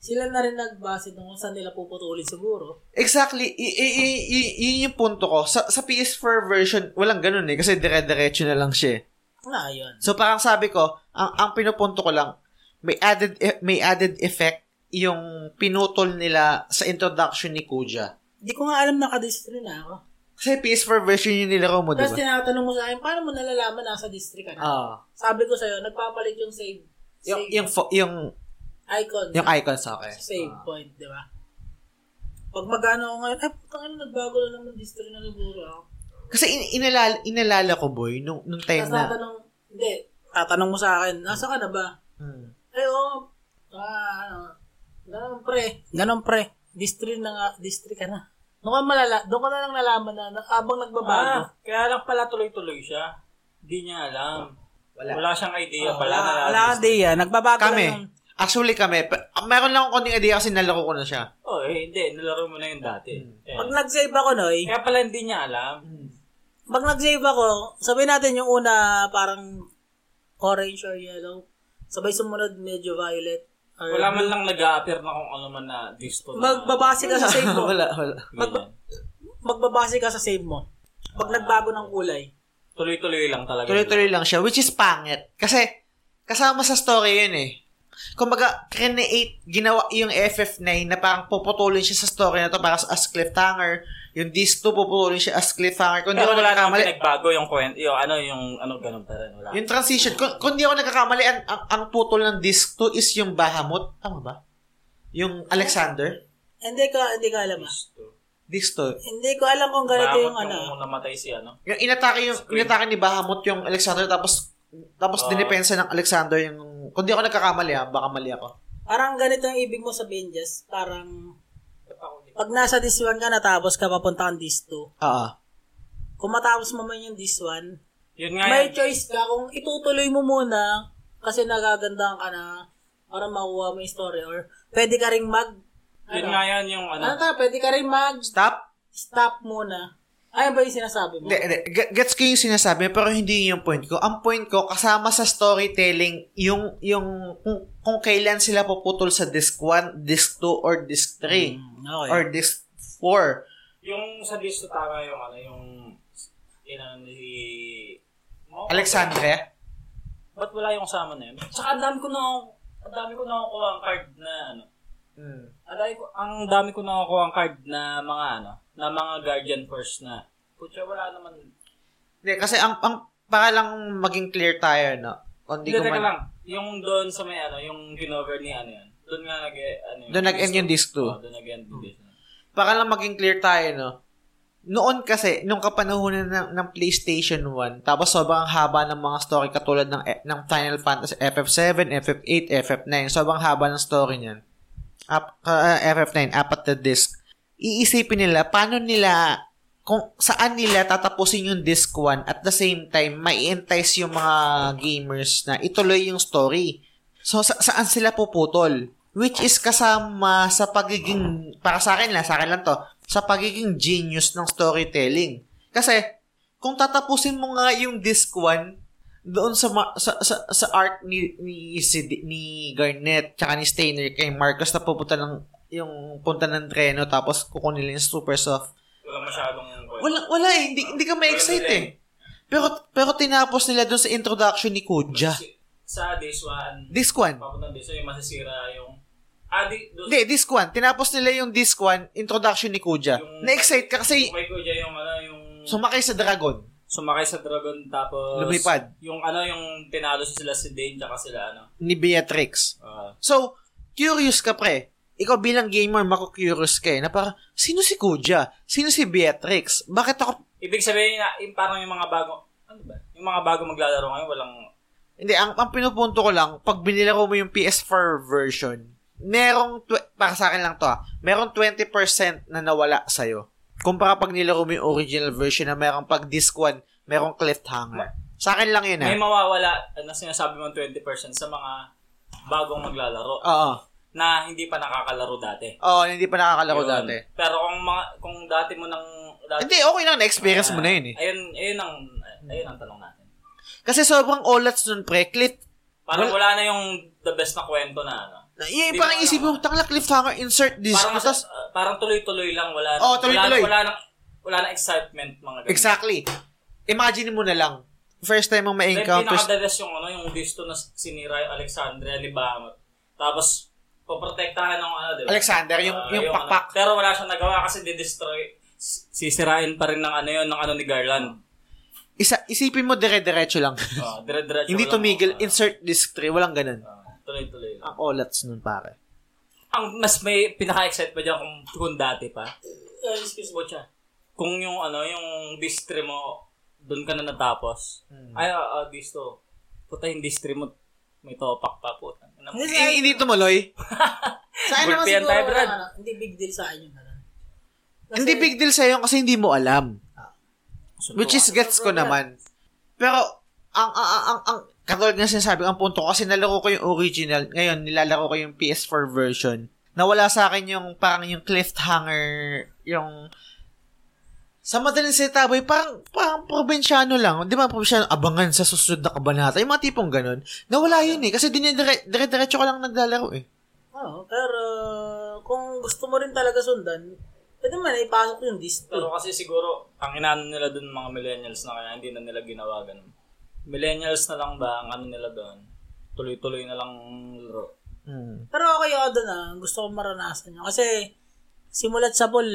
S2: sila na rin nagbase doon kung saan nila puputulin siguro.
S1: Exactly. I- i- i- i- yun yung punto ko. Sa, sa PS4 version, walang ganun eh. Kasi dire-diretso na lang siya eh.
S2: Na, yun.
S1: So parang sabi ko, ang, ang pinupunto ko lang, may added, e- may added effect yung pinutol nila sa introduction ni Kuja.
S2: Hindi ko nga alam nakadistri na ako.
S1: Kasi PS4 version yung nilaro mo,
S2: Tapos
S1: diba?
S2: tinatanong mo sa akin, paano mo nalalaman nasa district ka na?
S1: Ah.
S2: Sabi ko sa'yo, nagpapalit yung save,
S1: Yung,
S2: save
S1: yung, fo- yung,
S2: icon.
S1: yung Ah. icon sa akin.
S2: save point, di ba? Pag magano ako ngayon, ay, putang ina, nagbago na naman district na siguro ako.
S1: Kasi in, inalala, inalala ko, boy, nung, nung time
S2: Tapos
S1: na...
S2: tatanong, hindi, tatanong mo sa akin, nasa ka na ba?
S1: Hmm.
S2: Ay, oo. Ah, ano. Ganon, pre. Ganon, pre. District na nga. District ka na. Doon ka malala, doon ka na lang nalaman na na- habang nagbabago.
S3: Ah, kaya lang pala tuloy-tuloy siya. Hindi niya alam. Wala, siyang idea
S1: Oh,
S3: pala. na
S2: wala kang idea. Nagbabago
S1: Kami.
S2: na yung...
S1: Actually kami. Pe- Meron lang akong konting idea kasi nalaro ko na siya.
S3: Oh, eh, hindi. Nalaro mo na yun dati. Yeah.
S1: Hmm.
S2: Pag nag-save ako, Noy,
S3: Kaya pala hindi niya alam.
S2: Hmm. pag nag-save ako, sabihin natin yung una parang orange or yellow. Sabay sumunod medyo violet. Or
S3: Wala man lang nag-a-appear na kung ano man na disto na.
S2: Magbabase ka sa save mo.
S1: [laughs] wala, wala.
S3: Ganyan.
S2: Magbabase ka sa save mo. Pag nagbago ng kulay.
S3: Tuloy-tuloy lang talaga.
S1: Tuloy-tuloy lang siya, which is pangit. Kasi, kasama sa story yun eh. Kumbaga, create, ginawa yung FF9 na parang puputulin siya sa story na to para sa- as cliffhanger. Yung disc 2, puputulin siya as cliffhanger. Kung di ako
S3: Pero wala naman
S1: nagkakamali,
S3: pinagbago yung kwento. Yung ano, yung ano, ganun pa rin. Wala.
S1: yung transition, kung, kung di ako nagkakamali, ang, ang, ang putol ng disc 2 is yung Bahamut. Tama ba? Yung Alexander?
S2: Hindi ko, hindi ko alam. ah.
S1: Disc 2.
S2: Hindi ko alam kung ganito yung ano.
S3: Yung namatay si ano.
S1: Yung inatake yung inatake ni Bahamut yung Alexander tapos tapos
S3: Ah.
S1: dinepensa ng Alexander yung kung di ako nagkakamali ha, baka mali ako.
S2: Parang ganito ang ibig mo sabihin, Jess. Parang, pag nasa this one ka, natapos ka, papunta kang this two.
S1: Oo.
S2: Kung matapos mo man yung this one,
S3: Yun nga
S2: may
S3: yun.
S2: choice ka kung itutuloy mo muna kasi nagagandaan ka na para makuha mo yung story or pwede ka rin mag
S3: Yun nga yun yung ano.
S2: ano ta, pwede ka rin mag
S1: Stop.
S2: stop muna. Ayun ba yung sinasabi mo?
S1: Hindi, hindi. Ge- Gets ko yung sinasabi, pero hindi yun yung point ko. Ang point ko, kasama sa storytelling, yung, yung, kung, kung kailan sila puputol sa disc 1, disc 2, or disc 3,
S3: Hmm.
S2: Mm,
S3: Oh,
S2: okay.
S1: or disc 4.
S3: Yung sa disto tama yung ano, yung yun ano si... Oh,
S1: Alexandre?
S3: Ba't wala yung kasama na yun? Tsaka ang dami ko na ang dami ko nakukuha ang card na ano.
S1: Mm.
S3: Ang dami ko, ang dami ko nakukuha ang card na mga ano, na mga Guardian Force na. Putya, wala naman.
S1: Hindi, kasi ang, ang, para lang maging clear tayo, no? Hindi
S3: Hindi,
S1: ko
S3: teka
S1: man,
S3: lang. Yung doon sa may ano, yung kinover ni ano yun. Doon nga nag ano yun.
S1: Doon nag-end yung disc two.
S3: Oo, doon nag-end yung disc two.
S1: para lang maging clear tayo, no? Noon kasi, nung kapanahonan ng, ng PlayStation 1, tapos sobrang haba ng mga story katulad ng, eh, ng Final Fantasy FF7, FF8, FF9. Sobrang haba ng story niyan. Up, ah, FF9, apat na disc. Iisipin nila, paano nila, kung saan nila tatapusin yung disc 1 at the same time, may entice yung mga gamers na ituloy yung story. So, sa- saan sila puputol? Which is kasama sa pagiging, para sa akin lang, sa akin lang to, sa pagiging genius ng storytelling. Kasi, kung tatapusin mo nga yung disc 1, doon sa, ma- sa, sa, sa arc ni, ni, si, ni Garnett, tsaka ni Steiner kay Marcos na pupunta ng, yung punta ng treno, tapos kukunin nila yung super soft.
S3: Wala masyadong kwento.
S1: Wala, wala eh, hindi, hindi ka ma-excite
S3: Wala
S1: eh. Pero, pero tinapos nila doon sa introduction ni Kuja.
S3: Sa this one,
S1: Disc 1.
S3: papunta doon sa'yo, masisira yung... Ah, di, doon
S1: Hindi, disc 1. Tinapos nila yung disc 1, introduction ni Kuja.
S3: Yung-
S1: Na-excite ka kasi
S3: Sumakay ko dyan yung ano, yung
S1: sumakay sa dragon.
S3: sumakay sa dragon tapos
S1: Lumipad.
S3: Yung ano, yung tinalo sila si Dane tsaka sila ano.
S1: ni Beatrix.
S3: ah,
S1: So, curious ka pre. Ikaw bilang gamer, mako-curious ka eh, na parang, sino si Kuja? Sino si Beatrix? Bakit ako...
S3: ibig sabihin na yung, parang yung mga bago ano ba? Yung mga bago maglalaro ngayon walang
S1: Hindi, ang, ang pinupunto ko lang, pag binilaro mo yung PS4 version, merong, tw- para sa akin lang to ah, merong 20% na nawala sa'yo. Kumpara pag nilaro mo yung original version na merong pag disc 1, merong cliffhanger. Sa akin lang yun ah.
S3: May mawawala na sinasabi mong 20% sa mga bagong maglalaro
S1: Oo.
S3: na hindi pa nakakalaro dati.
S1: Oo, hindi pa nakakalaro
S3: Yun.
S1: dati.
S3: Pero kung mga kung dati mo nang dati,
S1: Hindi, okay lang. Na-experience mo na yun eh.
S3: Ayun, ayun ang ayun ang tanong natin.
S1: Kasi sobrang olats nun pre. Cliff,
S3: Parang wala na yung the best na kwento na ano.
S1: yung
S3: Hindi
S1: parang
S3: mo
S1: isipin mo, tangla cliffhanger, insert this.
S3: Parang
S1: Tapos,
S3: uh, parang tuloy-tuloy lang wala.
S1: Oo, Oh, tuloy-tuloy.
S3: Wala, wala nang wala nang excitement mga ganun.
S1: Exactly. Imagine mo na lang. First time mong
S3: Then,
S1: ma-encounter.
S3: pinakadalas yung ano, yung gusto na sinira yung Alexandria Libamot. Tapos, poprotektahan ng ano, di ba?
S1: Alexander, yung,
S3: Ah,
S1: yung
S3: ano.
S1: pakpak.
S3: pero wala siyang nagawa kasi didestroy. s- Sisirain pa rin ng ano yun, ng ano ni Garland.
S1: Isa, isipin mo dire-diretso
S3: [laughs]
S1: lang.
S3: Oh, dire-diretso
S1: Hindi
S3: lang,
S1: tumigil.
S3: ah,
S1: Insert disc tray. Walang ganun.
S3: ah, tuloy-tuloy lang.
S1: Ang olats nun pare.
S3: Ang mas may pinaka-excite pa dyan kung, kung dati pa. Uh, excuse mo, siya. Kung yung ano, yung distri mo, doon ka na natapos. Ay, ah, ah, disto. Puta yung distri mo, may topak pa po.
S1: Hindi, hindi
S3: [laughs]
S1: tumuloy. Sa ano akin naman
S3: Gulpihan
S1: siguro.
S3: tayo,
S2: Wala
S3: Brad.
S2: na, ano, hindi big deal sa akin yun. ganun. Kasi-
S1: Hindi big deal sa'yo kasi hindi mo alam. Which is gets ko naman. Pero, ang, ang, ang, ang, ang katulad nga sinasabi, ko, ang punto ko, kasi nalaro ko yung original, ngayon nilalaro ko yung PS4 version, nawala sa akin yung parang yung cliffhanger, yung sa madaling salita, boy, parang, parang probinsyano lang. Di ba, probinsyano, abangan sa susunod na kabanata. Yung mga tipong ganun. Nawala yun eh. Kasi dinidire-diretso ka lang naglalaro eh.
S2: Oo, pero kung gusto mo rin talaga sundan, pwede man ipasok yung disc.
S3: Pero kasi siguro, ang inaano nila doon mga millennials na kaya hindi na nila ginawa ganun. Millennials na lang ba ang ano nila doon? Tuloy-tuloy na lang laro.
S1: Hmm.
S2: Pero okay ako doon ah. Gusto ko maranasan yun. Kasi simulat sa pool,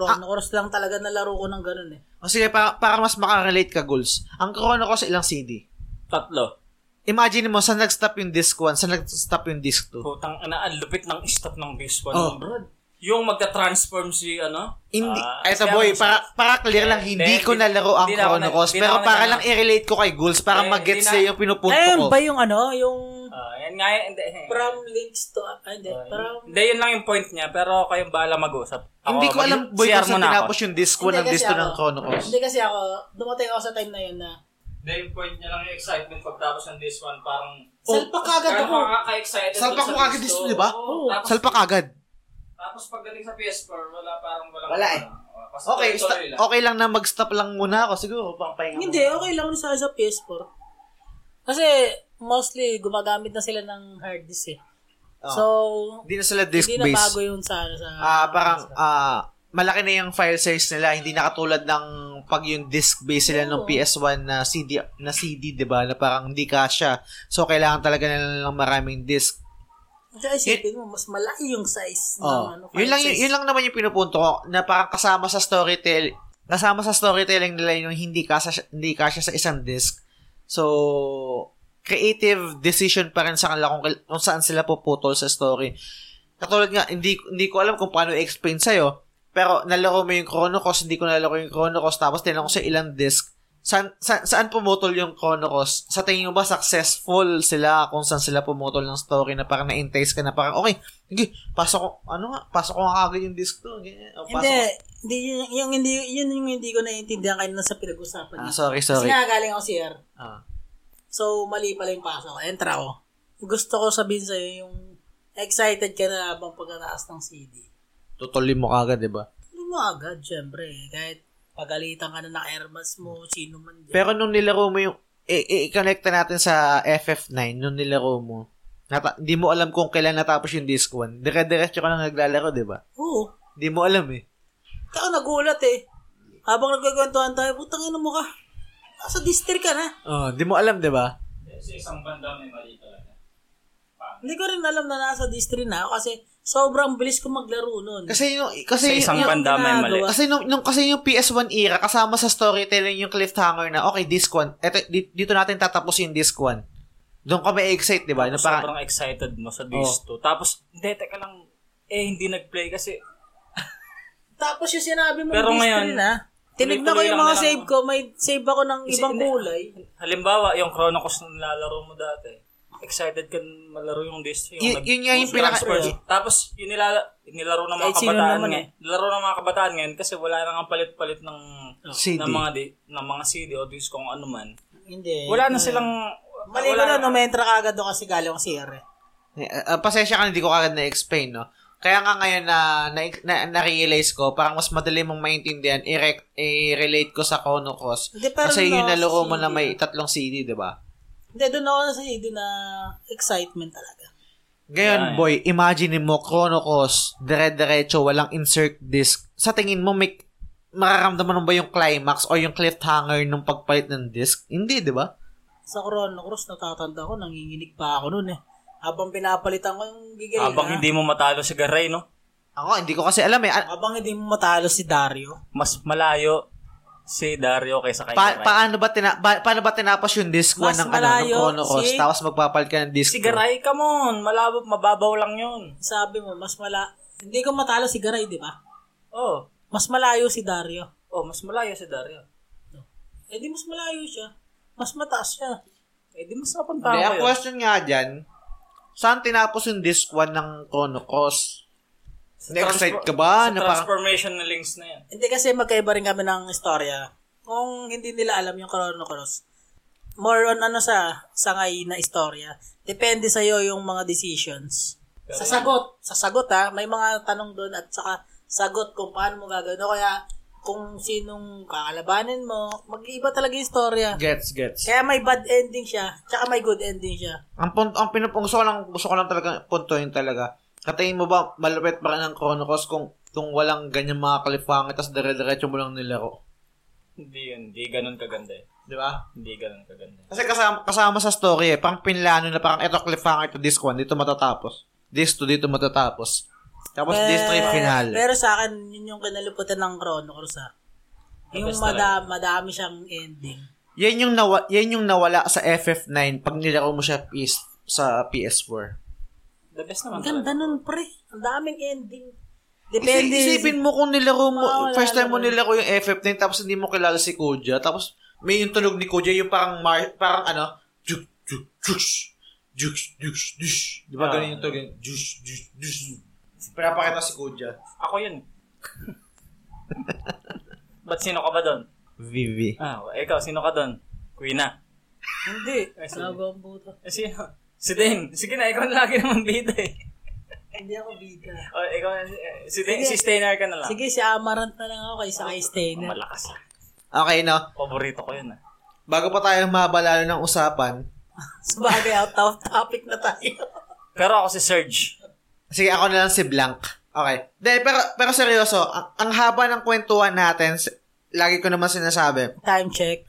S1: Ah.
S2: Chrono Cross lang talaga nalaro ko ng ganun eh.
S1: O sige, para, para mas makarelate ka, goals. Ang Chrono Cross ilang CD?
S3: Tatlo.
S1: Imagine mo, saan nag-stop yung disc 1, saan nag-stop yung disc 2.
S3: Putang ina, ang lupit ng stop ng base one.
S1: Oh.
S3: Brad. Yung magta-transform si ano?
S1: Hindi,
S3: Ah,
S1: ay ito
S3: si
S1: boy,
S3: ano, si-
S1: para, para clear lang,
S3: Hindi,
S1: hindi ko
S3: hindi-
S1: nalaro ang
S3: hindi na ako
S1: Chrono
S3: na-
S1: Cross,
S3: hindi na
S1: pero
S3: ako
S1: para
S3: na-
S1: lang i-relate ko kay Ghouls, para
S3: Eh,
S1: mag-gets
S3: hindi na- Eh,
S1: sa'yo yung pinupunto
S2: Ayun
S1: ko.
S2: ba yung ano, yung
S3: Ah, yan nga, hindi.
S2: from links to, ah, ay hindi, from,
S3: Hindi, yun lang yung point niya, pero kayong bahala mag-usap. Ako,
S1: Hindi ko
S3: mag-
S1: alam, boy, kung
S3: CR
S1: saan
S3: muna ako.
S1: tinapos yung disc 1 ng
S2: Hindi,
S1: disc
S2: kasi
S1: 2 ng
S2: ako-
S1: Chrono Cross.
S2: hindi kasi ako, dumating ako sa time na yun na,
S3: Hindi, yung point niya lang yung excitement pagtapos ng this one, parang...
S2: Salpak agad
S3: Parang
S2: ako.
S3: makaka-excited dun
S1: Salpak
S3: sa
S1: ko agad
S3: gusto.
S1: disc 2, di ba?
S3: Oo. Tapos-
S1: Salpak agad.
S3: Tapos pagdating sa PS4, wala parang ah, wala.
S1: Wala eh. Okay, sta- okay lang na mag-stop lang muna ako, siguro, pang pahinga
S2: hindi,
S1: muna.
S2: okay lang yun sa, sa PS4. Kasi, mostly, gumagamit na sila ng hard disk eh.
S1: Ah.
S2: So,
S1: Hindi na sila disc
S2: hindi na bago
S1: base.
S2: yun sa, sa
S1: Ah, parang, ah, malaki na yung file size nila, hindi na katulad ng pag yung disc base sila ng PS1 na CD, na CD, di ba? Na parang hindi kasya. So, kailangan talaga nila ng maraming disc.
S2: Kaya isipin mo, mas malaki yung size ng
S1: Oh.
S2: ano,
S1: yun
S2: file
S1: lang yun,
S2: size.
S1: yun lang naman yung pinupunto ko na parang kasama sa storytell kasama sa storytelling nila yung hindi kasya hindi kasya sa isang disc. So creative decision pa rin sa kanila kung, kail- kung saan sila puputol sa story. Katulad nga, hindi, hindi ko alam kung paano i-explain sa'yo, pero nalaro mo yung Chrono Cross, hindi ko nalaro yung Chrono Cross, tapos tinanong ko sa ilang disc, saan, saan, saan pumutol yung Chrono Cross? Sa tingin mo ba successful sila kung saan sila pumutol ng story na parang na-entice ka na parang, okay, sige, pasok ko, ano nga, pasok ko nga agad yung disc to. Ganyan, o, pasok
S2: Hindi,
S1: ko.
S2: hindi yun, yung hindi yun yung hindi ko naiintindihan kanina sa pinag-usapan
S1: Ah,
S2: niya.
S1: sorry,
S2: Kasi
S1: sorry.
S2: nga galing ako CR.
S1: Ah.
S2: So mali pala yung pasok. Entra ako. Gusto ko sabihin sa yung excited ka na habang pagkataas ng CD.
S1: Tutuloy mo kagad, di ba?
S2: Hindi mo agad, syempre. eh. Kahit pagalitan ka na ng airmas mo, sino man dyan.
S1: Pero nung nilaro mo yung, i- i-connect na natin sa FF9, nung nilaro mo, nata- di mo alam kung kailan natapos yung disc 1. Dire-diretso ka lang naglalaro, di ba?
S2: Oo.
S1: Di mo alam eh.
S2: Kaya ako nagulat eh. Habang nagkakwentuhan tayo, putang ina mo ka. Nasa district ka na.
S1: Oh, di mo alam, di ba?
S3: Sa isang banda may mali talaga.
S2: Hindi ko rin alam na nasa district na ako kasi sobrang bilis ko maglaro noon.
S1: Kasi yung, kasi
S3: Sa isang
S1: yung,
S3: banda may mali.
S2: ginagawa.
S1: kasi nung, nung- kasi yung PS1 era, kasama sa storytelling yung cliffhanger na, okay, disc 1, eto, di- dito natin tatapos yung disc 1. Doon ka may excite, di ba? Na parang,
S3: Diba? Sobrang excited mo sa disc
S1: Oh.
S3: 2. Tapos, hindi, teka lang, eh, hindi nag-play kasi
S2: Tapos yung sinabi mo,
S3: Pero
S2: Pero
S3: ngayon,
S2: ngayon, na, tinignan ko
S3: tuloy-tuloy
S2: yung
S3: lang
S2: mga
S3: na lang.
S2: save ko, may save ako ng ibang
S3: hindi.
S2: kulay.
S3: halimbawa, yung Chrono Cross na nilalaro mo dati, excited ka malaro yung disc.
S1: Yun-
S3: nag-
S1: yun nga yung pinaka- eh.
S3: transfer.
S1: yun-
S3: Tapos, yun nilala, nilaro ng mga
S2: Kahit sino
S3: kabataan
S2: naman
S3: ngayon.
S1: eh.
S3: Nilaro ng mga kabataan ngayon kasi wala nang ang palit-palit ng,
S1: CD.
S3: ng mga, di, ng mga CD o disc kung ano man.
S2: Hindi.
S3: Wala na silang...
S2: Mali ko
S3: wala
S2: na, no, may entra ka agad doon kasi galing ang CR eh.
S1: Uh, pasensya ka, na, hindi ko kagad na-explain, no? Kaya nga ngayon na, na, na, realize ko, parang mas madali mong maintindihan, i-rec- i-relate ko sa Konokos.
S2: Hindi, pero
S1: Kasi yun
S2: no,
S1: naloo mo na
S2: CD.
S1: may tatlong CD, di ba?
S2: Hindi, doon ako na sa CD na excitement talaga.
S1: Ngayon,
S3: Yeah.
S1: boy, imagine mo, Chronocos, dire-diretso, walang insert disc. Sa tingin mo, may, mararamdaman mo ba yung climax o yung cliffhanger nung pagpalit ng disc? Hindi, di ba?
S2: Sa Chrono Cross, natatanda ko, nanginginig pa ako noon eh. Habang pinapalitan ko yung gigil.
S3: Habang hindi mo matalo si Garay, no?
S1: Ako, hindi ko kasi alam eh. A-
S2: Habang hindi mo matalo si Dario.
S3: Mas malayo si Dario kaysa kay
S1: pa-
S3: Garay.
S1: paano, ba tina- ba- paano ba tinapos yung disc 1
S2: Mas
S1: ng, ano, ng
S2: malayo,
S1: Chronocos,
S2: si-
S1: tapos magpapalit ka ng disc
S3: si
S1: 2?
S3: Garay, come on! Malabo, mababaw lang yun.
S2: Sabi mo, mas mala... Hindi ko matalo si Garay, di ba?
S3: Oh,
S2: Mas malayo si Dario.
S3: oh, mas malayo si Dario.
S2: Eh di mas malayo siya. Mas mataas siya.
S3: Eh, di mas napunta
S1: Hindi, ang
S3: ko yun.
S1: question nga dyan, saan tinapos yung disc 1 ng Chronocos?
S3: Sa
S1: Na-excite ka
S3: transfer-
S1: ba?
S3: Sa
S1: Na parang,
S3: transformation na links na yan.
S2: Hindi kasi magkaiba rin kami ng istorya. Kung hindi nila alam yung Chrono Cross, more on ano sa sangay na istorya. Depende sa iyo yung mga decisions. Sa sagot, sa sagot ha, may mga tanong doon at saka sagot kung paano mo gagawin o kaya kung sinong kakalabanin mo, mag-iiba talaga yung istorya.
S1: gets, gets.
S2: Kaya may bad ending siya, tsaka may good ending siya.
S1: Ang pun ang pinupung gusto ko lang gusto ko lang talaga puntuhin talaga. Katingin mo ba malupit pa rin ang Chrono Cross kung kung walang ganyan mga kalipangit tapos dire-diretso mo lang nilaro?
S3: Hindi yun. Hindi ganun kaganda eh.
S1: Di ba?
S3: Hindi ganun kaganda.
S1: Kasi kasama, kasama sa story eh, parang pinlano na parang eto cliffhanger to disc 1, dito matatapos. Disc 2, dito matatapos. Tapos disc 3, final.
S2: Eh, Pero sa akin, yun yung kinaluputan ng Chrono Cross ha. Yung
S3: Basta
S2: mada- madami siyang ending.
S1: Yan yung, nawa, yan yung nawala sa FF9 pag nilaro mo siya PS, sa PS4.
S3: The best naman.
S2: Ang ganda nun, pre. Ang daming ending.
S1: Pwede.
S2: Depende.
S1: Isipin mo kung nilaro mo,
S2: Mawawala
S1: first time mo
S2: naman.
S1: nilaro yung FF9 tapos hindi mo kilala si Kuja, tapos may yung tunog ni Kuja, yung parang, mar- parang ano, juk, juk, jush, juk, juk, jush. Di ba
S3: Ah.
S1: ganun yung tunog yun? Jush, jush, jush. Pinapakita si Kuja.
S3: Ako yun. [laughs] Ba't sino ka ba doon?
S1: Vivi.
S3: Ah, ikaw, sino ka doon? Kuina.
S2: Hindi.
S3: Ay, sorry.
S2: Sabi ang buta.
S3: Eh, sino? Si Dane. Sige na, ikaw na lagi naman bida eh.
S2: Hindi ako bida.
S3: O, ikaw, eh, si Dane, si Stainer ka na lang.
S2: Sige, si Amarant na lang ako kaysa kay
S3: Ang
S2: Stainer.
S3: Malakas.
S1: Okay, no?
S3: Paborito ko yun ah.
S1: Bago pa tayo mabalalo ng usapan,
S2: Sabagay, out of topic na tayo.
S3: Pero ako si Serge.
S1: sige, ako na lang si Blank. Okay. De, pero, pero seryoso, ang, ang haba ng kwentuhan natin, s- lagi ko naman sinasabi,
S2: Time check.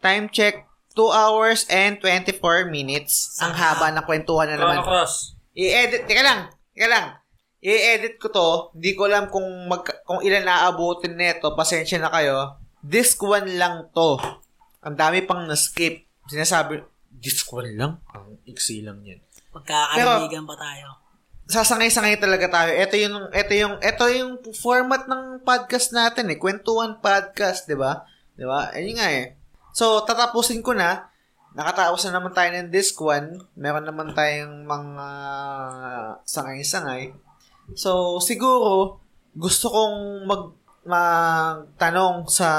S1: Time check, 2 hours and 24 minutes. Ang haba ng kwentuhan na Ano naman.
S3: Chrono Cross.
S1: I-edit, teka lang, teka lang. I-edit ko to, hindi ko alam kung, mag, kung ilan naabutin nito, pasensya na kayo. Disc 1 lang to. Ang dami pang na-skip. Sinasabi, disc 1 lang? Ang iksi lang yan.
S2: Magkakaibigan pa tayo.
S1: Sasangay-sangay talaga tayo. Ito yung, ito yung, ito yung format ng podcast natin eh. Kwentuhan podcast, di ba? Di ba? Ayun nga eh. So, tatapusin ko na. Nakataos na naman tayo ng disc 1. Meron naman tayong mga sangay-sangay. So, siguro, gusto kong mag magtanong sa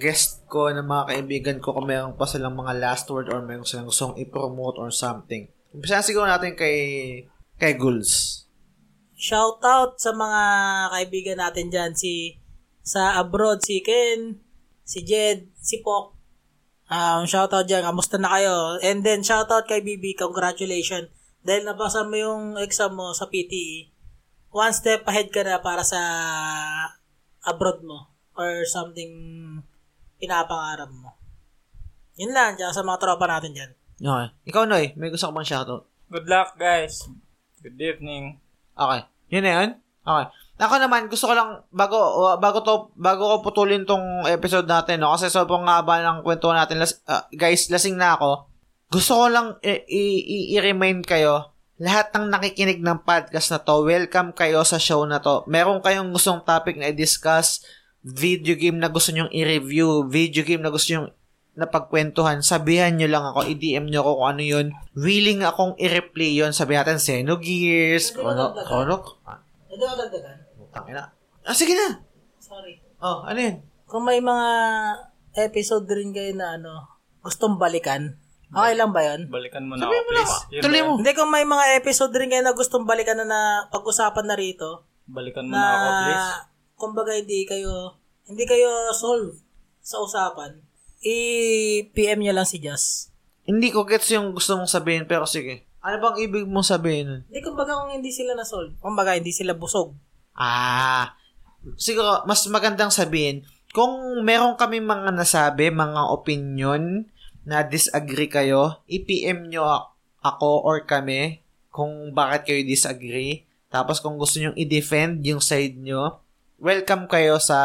S1: guest ko ng mga kaibigan ko kung meron pa silang mga last word or meron silang gustong i-promote or something. Umpisa siguro natin kay kay Guls.
S2: Shout out sa mga kaibigan natin dyan. Si, sa abroad, si Ken, si Jed, si Pok. Um, shout out dyan. Kamusta na kayo? And then, shout out kay Bibi. Congratulations. Dahil napasa mo yung exam mo sa PTE. One step ahead ka na para sa abroad mo or something pinapangarap mo. Yun lang, dyan sa mga tropa natin dyan.
S1: Okay. Ikaw, Noy, may gusto ka bang shoutout?
S3: Good luck, guys. Good evening.
S1: Okay. Yun na yun? Okay. Ako naman, gusto ko lang, bago, uh, bago, to, bago ko putulin tong episode natin, no? kasi sobrang haba ng kwento natin. Las, ah, guys, lasing na ako. Gusto ko lang i- i- i- i-remind kayo, lahat ng nakikinig ng podcast na to, welcome kayo sa show na to. Meron kayong gustong topic na i-discuss, video game na gusto nyong i-review, video game na gusto nyong na pagkwentuhan, sabihan nyo lang ako, i-DM nyo ako kung ano yun. Willing akong i-replay yun. Sabihan natin, Xenogears,
S2: Pwede ba
S1: Chrono,
S2: dagdagan?
S1: Chrono,
S2: Ito ang dagdagan.
S1: Putang ina. Ah, sige ano, ah, na!
S2: Sorry.
S1: Oh, ano yun?
S2: Kung may mga episode rin kayo na ano, gustong balikan, okay lang ba yun?
S3: Balikan mo na ako, please. Yun
S1: Tuloy
S3: ba
S1: mo.
S3: yun?
S2: Hindi, kung may mga episode rin kayo na gustong balikan na, na pag-usapan na rito,
S3: Balikan
S2: na,
S3: mo na ako, please.
S2: kumbaga hindi kayo, hindi kayo solve sa usapan, i-PM nyo lang si Jazz.
S1: Hindi ko gets yung gusto mong sabihin, pero sige. Ano bang ibig mong sabihin nun?
S2: Hindi, kumbaga kung hindi sila na-solve, kumbaga hindi sila busog.
S1: Ah, siguro, mas magandang sabihin, kung meron kami mga nasabi, mga opinion, na disagree kayo, i-PM nyo a- ako or kami kung bakit kayo disagree. Tapos kung gusto nyo i-defend yung side nyo, welcome kayo sa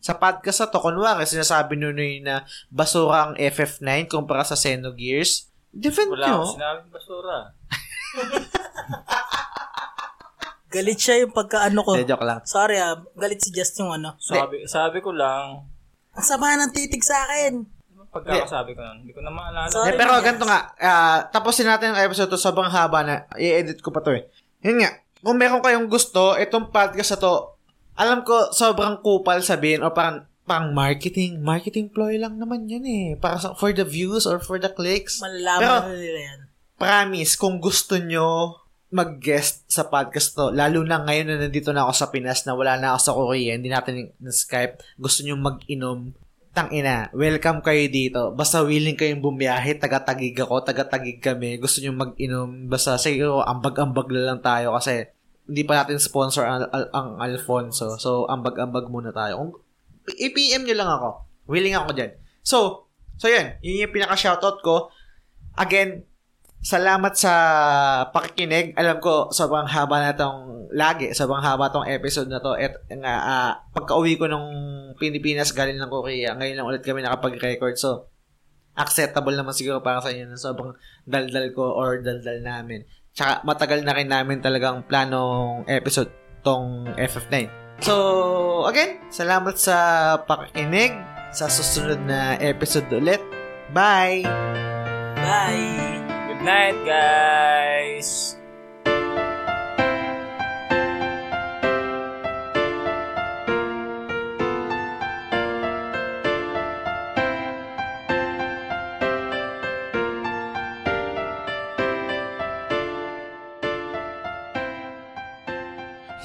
S1: sa podcast na to. Kunwari, sinasabi nyo na yun na basura ang FF9 kumpara sa Xenogears. Defend
S3: Wala
S1: nyo.
S3: akong sinabing basura.
S2: Galit siya yung pagkaano ko.
S1: Hindi, joke lang.
S2: Sorry ah, galit si Jazz yung ano.
S3: Sabi, sabi ko lang,
S2: Ang sama ng titig sa akin.
S3: pagkakasabi ko nun, hindi ko na maalala.
S1: Eh,
S2: Sorry.
S1: pero
S2: Yes.
S1: ganito nga, ah, tapusin natin ang episode to, sobrang haba na, i-edit ko pa to eh. Yun nga, kung meron kayong gusto, itong podcast na to, alam ko, sobrang kupal sabihin, o parang, pang marketing, marketing ploy lang naman yan eh. Para sa, for the views or for the clicks.
S2: Malalaman na
S1: Pero,
S2: nila yan.
S1: promise, kung gusto nyo mag-guest sa podcast to, lalo na ngayon na nandito na ako sa Pinas, na wala na ako sa Korea, hindi natin na Skype, gusto nyo mag-inom, tangina, welcome kayo dito. Basta willing kayong bumiyahe, taga-tagig ako, taga-tagig kami, gusto nyo mag-inom, basta siguro ambag-ambag na lang tayo kasi hindi pa natin sponsor ang, ang- ang Alfonso. So, ambag-ambag muna tayo. Kung, i-PM nyo lang ako. Willing ako dyan. So, so yun. Yun yung pinaka-shoutout ko. Again, salamat sa pakikinig. Alam ko, sobrang haba na tong lagi. Sobrang haba tong episode na to. At nga, ah, pagka-uwi ko nung Pilipinas, galing ng Korea, ngayon lang ulit kami nakapag-record. So, acceptable naman siguro para sa inyo na sobrang daldal ko or daldal namin. Tsaka matagal na rin namin talagang planong episode tong FF9. So, again, salamat sa pakikinig. Sa susunod na episode ulit. Bye!
S2: Bye!
S3: Good night, guys!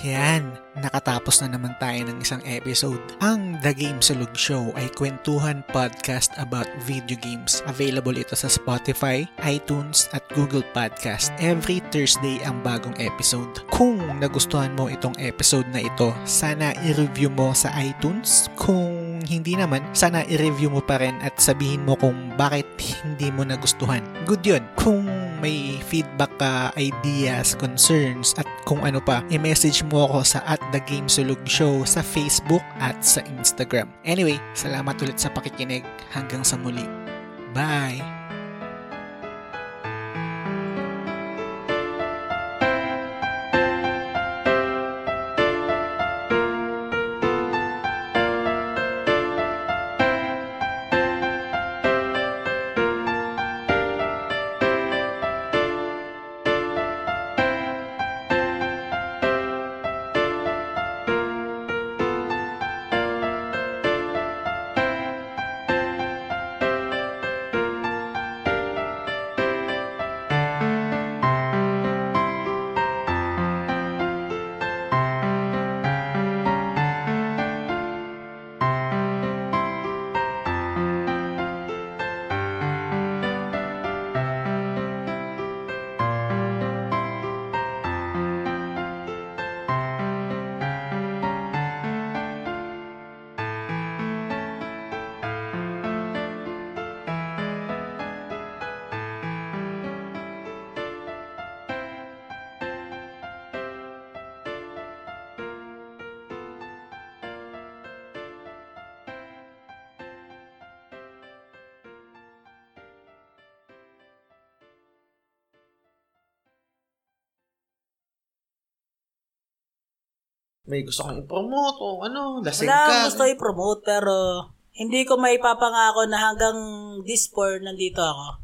S4: Yan, nakatapos na naman tayo ng isang episode. Ang The Game Salug Show ay kwentuhan podcast about video games. Available ito sa Spotify, iTunes at Google Podcast. Every Thursday ang bagong episode. Kung nagustuhan mo itong episode na ito, sana i-review mo sa iTunes. Kung hindi naman, sana i-review mo pa rin at sabihin mo kung bakit hindi mo nagustuhan. Good yun. Kung may feedback ka, ideas, concerns, at kung ano pa, i-message mo ako sa at The Game Sulog Show sa Facebook at sa Instagram. Anyway, salamat ulit sa pakikinig. Hanggang sa muli. Bye!
S1: may gusto kang i-promote o ano, lasing
S2: Wala
S1: ka. ano,
S2: akong gusto i-promote pero Hindi ko maipapangako na hanggang this four nandito ako.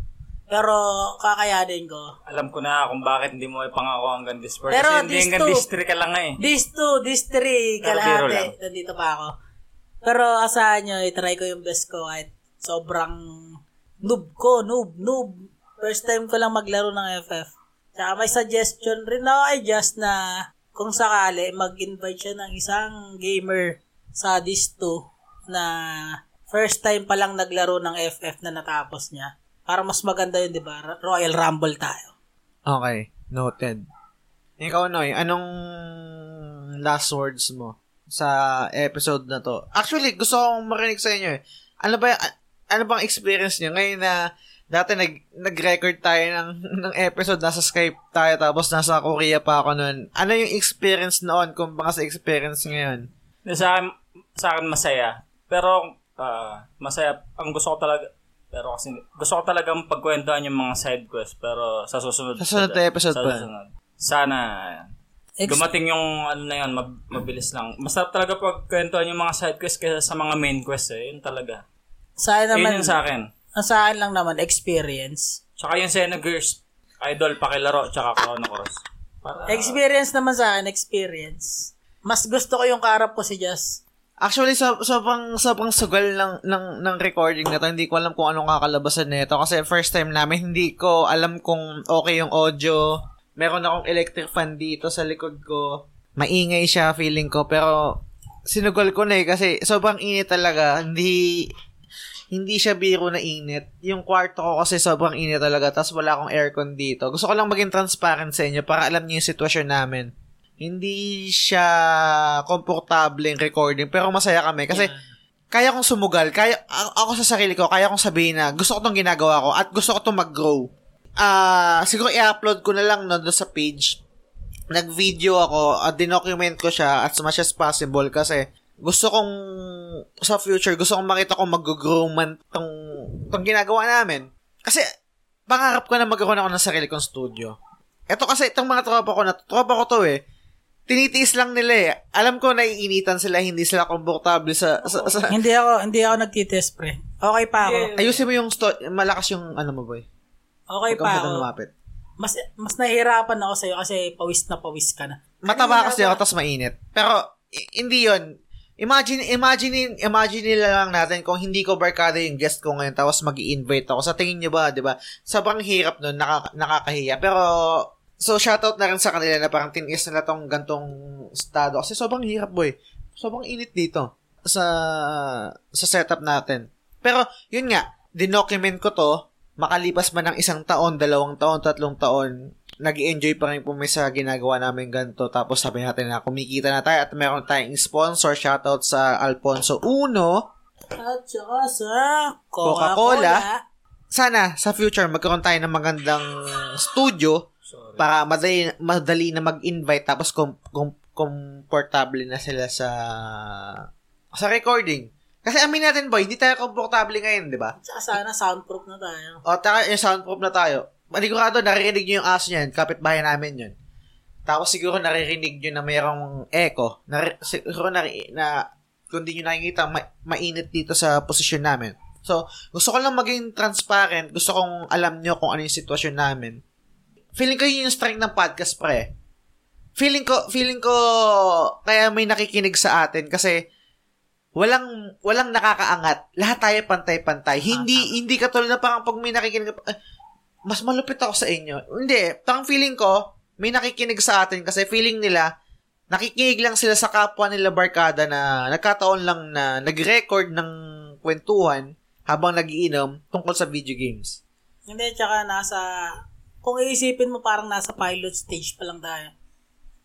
S2: Pero kakayanin ko.
S3: Alam ko na kung bakit hindi mo ipangako hanggang this part.
S2: Pero
S3: Kasi hindi
S2: these
S3: hanggang
S2: two-
S3: this three ka lang nga eh.
S2: These two, these three,
S3: Pero biro lang.
S2: kalahati, nandito pa ako. Pero asahan nyo, itry ko yung best ko kahit sobrang noob ko, noob, noob. First time ko lang maglaro ng FF. Tsaka may suggestion rin ako kay Just na kung sakali, mag-invite siya ng isang gamer sa these two na first time pa lang naglaro ng FF na natapos niya. Para mas maganda yun, di ba? Royal Rumble tayo.
S1: Okay, noted. Ikaw, Noy, anong last words mo sa episode na to? Actually, gusto kong marinig sa inyo eh. Ano ba, ano bang experience niyo ngayon na dati nag, nag-record tayo ng, [laughs] ng episode, nasa Skype tayo, tapos nasa Korea pa ako noon. Ano yung experience noon kumpara sa experience ngayon?
S3: Na Sa akin, sa akin masaya. Pero ah, masaya ang gusto ko talaga pero kasi gusto ko talaga pagkwentuhan yung mga side quest pero sa susunod
S1: Sa susunod na episode
S3: sa
S1: pa.
S3: susunod. Sana
S2: Ex-
S3: dumating yung ano na yun mab- mabilis lang. Masarap talaga pagkwentuhan yung mga side quest kaysa sa mga main quest eh. Yun talaga.
S2: Sa akin naman,
S3: Yun yung sa akin.
S2: ang sa akin lang naman, experience.
S3: Tsaka yung Sena Girls Idol pakilaro tsaka Chrono Cross. Para
S2: Eh, Ah. Experience naman sa akin, experience. Mas gusto ko yung karap ko si [laughs] Jazz.
S1: Actually, so, sobrang, sobrang sugal ng, ng, ng recording na to. Hindi ko alam kung anong kakalabasan nito. Kasi first time namin, hindi ko alam kung okay yung audio. Meron akong electric fan dito sa likod ko. Maingay siya, feeling ko. Pero sinugal ko na eh. Kasi sobrang init talaga. Hindi, hindi siya biro na init. Yung kwarto ko kasi sobrang init talaga. Tapos wala akong aircon dito. Gusto ko lang maging transparent sa inyo para alam niyo yung sitwasyon namin hindi siya komportable yung recording pero masaya kami kasi kaya kong sumugal kaya a- ako sa sarili ko kaya kong sabihin na gusto ko tong ginagawa ko at gusto ko tong mag-grow ah siguro i-upload ko na lang no, doon sa page nag-video ako at dinocument ko siya as much as possible kasi gusto kong sa future gusto kong makita kong mag-grow man tong, tong ginagawa namin kasi pangarap ko na magkaroon ako ng sarili kong studio eto kasi itong mga tropa ko na tropa ko to eh tinitiis lang nila eh alam ko naiinitan sila hindi sila komportable sa, sa, sa
S2: hindi ako, hindi ako nagtitest pre. Okay pa ako.
S1: ayusin mo yung sto- malakas yung ano mo boy Huwag kang
S2: Okay pa ako.
S1: masyadong lumapit
S2: Mas mas nahihirapan ako sa iyo kasi pawis na pawis ka na.
S1: mataba kasi ako tapos mainit. Pero i- hindi yon. Imagine imagine imagine nila lang natin kung hindi ko barkada yung guest ko ngayon tapos magi-invite ako. Sa tingin niyo ba, 'di ba? Sobrang hirap noon, nakaka- nakakahiya. Pero so shoutout na rin sa kanila na parang tinis nila tong gantong estado kasi sobrang hirap, boy. Sobrang init dito sa sa setup natin. Pero yun nga, dinocument ko to makalipas man ng isang taon, dalawang taon, tatlong taon, nag enjoy pa rin po may sa ginagawa namin ganito. Tapos sabi natin na kumikita na tayo at meron tayong sponsor. Shoutout sa Alfonso Uno.
S2: At saka sa
S1: Coca-Cola.
S2: Coca-Cola.
S1: Sana sa future magkaroon tayo ng magandang studio
S3: Sorry.
S1: para madali, madali na mag-invite tapos com, com, comfortable na sila sa sa recording. Kasi amin natin boy, hindi tayo komportable ngayon, di ba?
S2: Tsaka sana soundproof na tayo.
S1: O, taka, yung soundproof na tayo. Manigurado, naririnig nyo yung aso niyan. Kapitbahay namin yun. Tapos siguro naririnig nyo na mayroong echo. Nar- siguro nari- na, kung di nyo nakikita, ma- mainit dito sa posisyon namin. So, gusto ko lang maging transparent. Gusto kong alam nyo kung ano yung sitwasyon namin. Feeling ko yun yung strength ng podcast, pre. Feeling ko, feeling ko, kaya may nakikinig sa atin kasi walang walang nakakaangat. Lahat tayo pantay-pantay. Hindi hindi katulad na parang pag may nakikinig eh, mas malupit ako sa inyo. Hindi, parang feeling ko may nakikinig sa atin kasi feeling nila nakikinig lang sila sa kapwa nila barkada na nagkataon lang na nag-record ng kwentuhan habang nagiinom tungkol sa video games.
S2: Hindi, tsaka nasa... Kung iisipin mo parang nasa pilot stage pa lang tayo.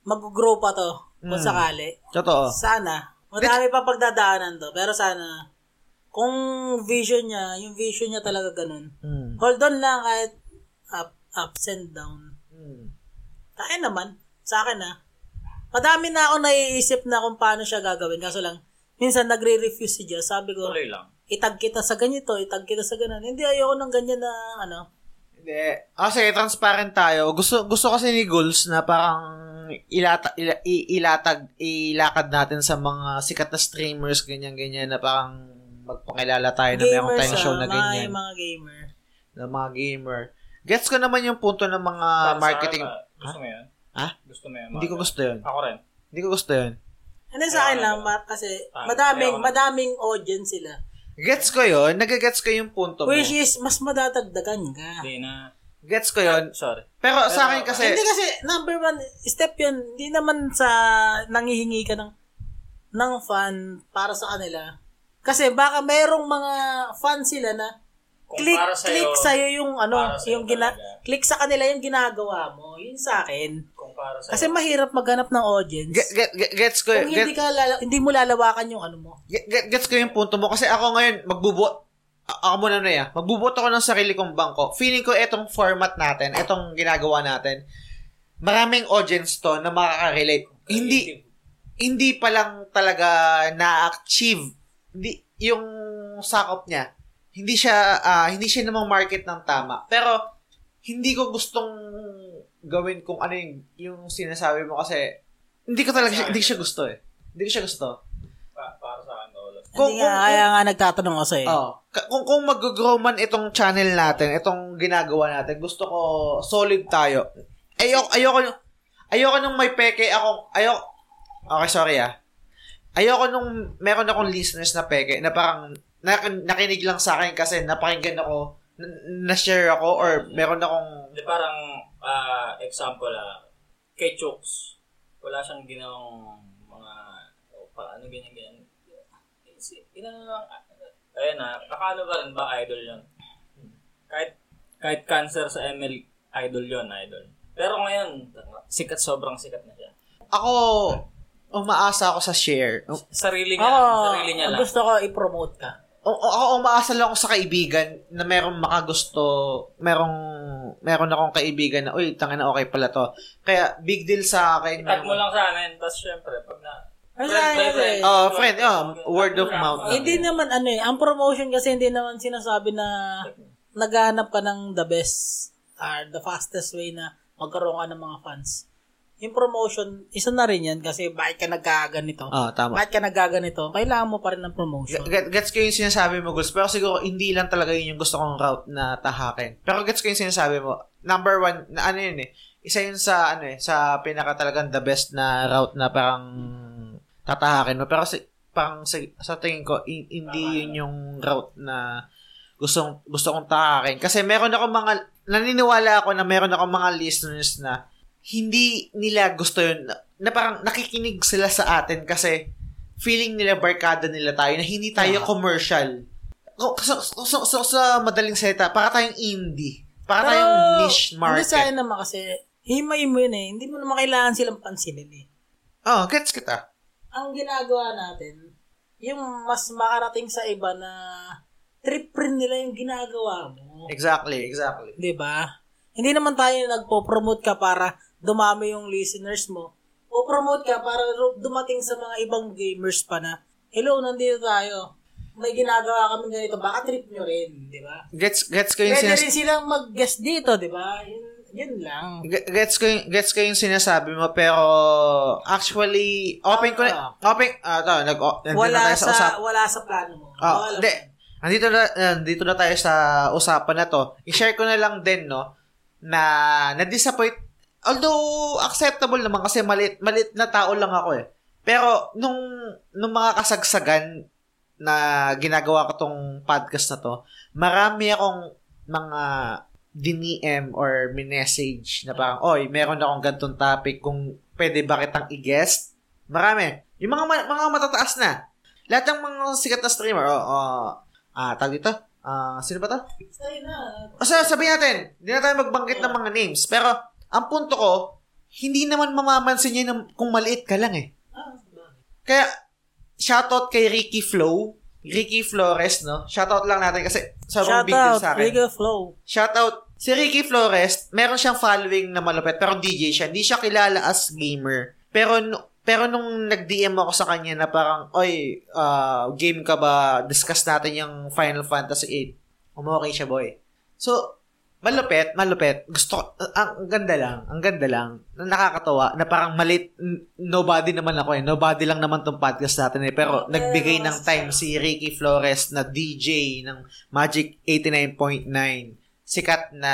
S2: Mag-grow pa to kung
S1: Hmm.
S2: sakali.
S1: Totoo.
S2: Sana. Marami pa pagdadaanan to. Pero sana, kung vision niya, yung vision niya talaga ganun.
S1: Mm.
S2: Hold on lang kahit up, ups and down.
S1: Mm.
S2: Kaya naman. Sa akin na. Madami na ako naiisip na kung paano siya gagawin. Kaso lang, minsan nagre-refuse si Diyos. Sabi ko,
S3: Tuloy lang.
S2: itag kita sa ganito, itag kita sa ganun. Hindi, ayoko ng ganyan na, ano,
S1: Hindi. Kasi transparent tayo. Gusto gusto kasi ni Goals na parang ilata, ila, i- ilatag ilakad natin sa mga sikat na streamers ganyan ganyan na parang magpakilala tayo na mayroon
S2: Gamers,
S1: tayong show
S2: ah,
S1: na
S2: mga-
S1: ganyan.
S2: mga gamer.
S1: ng mga gamer. Gets ko naman yung punto ng mga
S3: Para sa
S1: marketing.
S3: akin, ah, gusto mo yan?
S1: Ha?
S3: Gusto mo yan?
S1: Hindi ko
S3: mga-
S1: gusto yun.
S3: Ako rin.
S1: Hindi ko gusto yun.
S2: Ano sa akin
S3: Ayaw
S2: lang,
S3: na.
S2: Matt, kasi
S3: Ah,
S2: madaming,
S3: ayaw na.
S2: madaming audience sila.
S1: Gets ko yun. Nagagets ko yung punto mo.
S2: Which is, mas madatagdagan ka.
S3: Hindi na.
S1: Gets ko yun.
S3: Sorry.
S1: Pero sa akin kasi,
S2: Hindi kasi, number one, step yun, hindi naman sa nangihingi ka ng, ng fan para sa kanila. Kasi baka merong mga fan sila na
S3: Kung
S2: click,
S3: para sa'yo,
S2: click sa'yo yung ano,
S3: para sa'yo
S2: yung gina,
S3: talaga.
S2: click sa kanila yung ginagawa mo. Yun sa akin.
S3: Kung para sa
S2: Kasi mahirap maghanap ng audience.
S1: ge- ge- ge- gets ko
S2: Kung
S1: yun.
S2: hindi,
S1: Get-
S2: ka lala- hindi mo lalawakan yung ano mo.
S1: ge- ge- Gets ko yung punto mo. Kasi ako ngayon, magbubuot. A- Ako muna na yan. Magbubuot ako ng sarili kong bangko. Feeling ko etong format natin, etong ginagawa natin, maraming audience to na makaka-relate. Hindi, hindi pa lang talaga na-achieve hindi, yung sakop niya. Hindi siya ah, hindi siya namang market ng tama. Pero hindi ko gustong gawin kung ano yung, yung sinasabi mo kasi hindi ko talaga siya- hindi ko siya gusto eh. Hindi ko siya gusto.
S3: Pa- para sa akin, all of it.
S1: Kung,
S2: Hindi
S1: kung,
S2: nga, kaya nga nagtatanong ako sa'yo.
S1: oh, kung, kung mag-grow man itong channel natin, itong ginagawa natin, gusto ko solid tayo. Ayoko, ayoko, ayoko nung may peke ako, ayoko, okay, sorry ah. Ayoko nung meron akong listeners na peke na parang nak- nakinig lang sa akin kasi napakinggan ako, n- na-share ako or meron akong
S3: Di parang ah, example ah, kay Chooks, wala siyang ginawang mga o pa ano ganyan ganyan. Si- Inano lang ah, ayun na, nakano ba rin ba idol 'yon? Kahit kahit cancer sa ML idol 'yon, idol. Pero ngayon, sikat sobrang sikat na siya.
S1: ako umaasa ako sa share. O-
S3: Sarili niya,
S2: Ako,
S3: sarili niya
S2: Ah,
S3: lang.
S2: gusto ko i-promote ka.
S1: o- ako umaasa lang ako sa kaibigan na merong makagusto, merong meron akong kaibigan na, uy, tanga na okay pala to. Kaya, big deal sa akin.
S3: Tag mo
S1: yung-
S3: lang sa amin, tapos syempre, pag na...
S2: Ano
S3: Friend,
S2: sa akin
S3: friend,
S2: kasi,
S3: friend.
S1: Oh, friend, oh, word of mouth.
S3: Ah,
S2: hindi naman ano eh, ang promotion kasi hindi naman sinasabi na naghahanap ka ng the best or the fastest way na magkaroon ka ng mga fans. Yung promotion, isa na rin yan kasi bakit ka nagkaganito?
S1: Oh, tama.
S2: Bakit ka nagkaganito? Kailangan mo pa rin ng promotion.
S1: Get, gets ko yung sinasabi mo, Gus. Pero siguro, hindi lang talaga yun yung gusto kong route na tahakin. Pero gets ko yung sinasabi mo. Number one, na ano yun eh. Isa yun sa, ano eh, sa pinaka talagang the best na route na parang tatahakin mo. Pero si, parang si- sa tingin ko, i- hindi yun yung route na gusto, gusto kong tahakin. Kasi meron ako mga, naniniwala ako na meron ako mga listeners na hindi nila gusto yun. Na, na parang nakikinig sila sa atin kasi feeling nila barkada nila tayo na hindi tayo commercial. Ko- So, so, so, so- sa madaling salita, para tayong indie. Para
S2: Pero,
S1: tayong niche
S2: Hindi sa
S1: market.
S2: akin naman kasi, himay mo yun eh. Hindi mo naman kailangan silang pansinin eh.
S1: Oh, gets kita.
S2: ang ginagawa natin, yung mas makarating sa iba na trip rin nila yung ginagawa mo.
S1: Exactly, exactly.
S2: 'Di ba? Hindi naman tayo nagpo-promote ka para dumami yung listeners mo. O promote ka para ru- dumating sa mga ibang gamers pa na, hello, nandito tayo. May ginagawa kami ganito. Baka trip nyo rin, di ba?
S1: Gets gets ko yung
S2: Pwede
S1: sinas-
S2: rin silang mag-guest dito, di ba? Yun, yun lang.
S1: Ge- gets ko yung, gets ko yung sinasabi mo pero actually open ko na open ah to nag o- nandito na
S2: Wala
S1: tayo sa, usap
S2: sa, wala sa plano mo.
S1: oh,
S2: Wala.
S1: hindi. nandito na eh, nandito na tayo sa usapan na to i-share ko na lang din no na na-disappoint although acceptable naman kasi malit malit na tao lang ako eh pero nung nung mga kasagsagan na ginagawa ko tong podcast na to marami akong mga diniem or minessage na parang, oy, meron akong gantong topic kung pwede ba kitang i-guest? Marami. Yung mga, ma- mga matataas na. Lahat ng mga sikat na streamer, oo, oo. ah, tawag dito, ah, sino ba to?
S2: Sa'yo na.
S1: O sa sabihin natin, hindi na tayo magbanggit ng mga names, pero ang punto ko, hindi naman mamamansin niya na- kung maliit ka lang eh.
S2: Ah, diba?
S1: Kaya, shoutout kay Ricky Flow, Ricky Flores, no? Shoutout lang natin kasi sobrang big deal sa akin.
S2: Mega Flow.
S1: Shoutout si Ricky Flores, meron siyang following na malupit pero DJ siya. Hindi siya kilala as gamer. Pero nu- pero nung nag-DM ako sa kanya na parang, "Oy, ah, game ka ba? Discuss natin yung Final Fantasy 8." Umokay siya, boy. So, Malupit, malupit. Gusto ko, ang, ang ganda lang, ang ganda lang. Nakakatawa na parang malit, n- nobody naman ako eh. Nobody lang naman tong podcast natin eh. Pero
S2: Pero,
S1: nagbigay ng
S2: mas-
S1: time si Ricky Flores na DJ ng Magic 89.9. Sikat na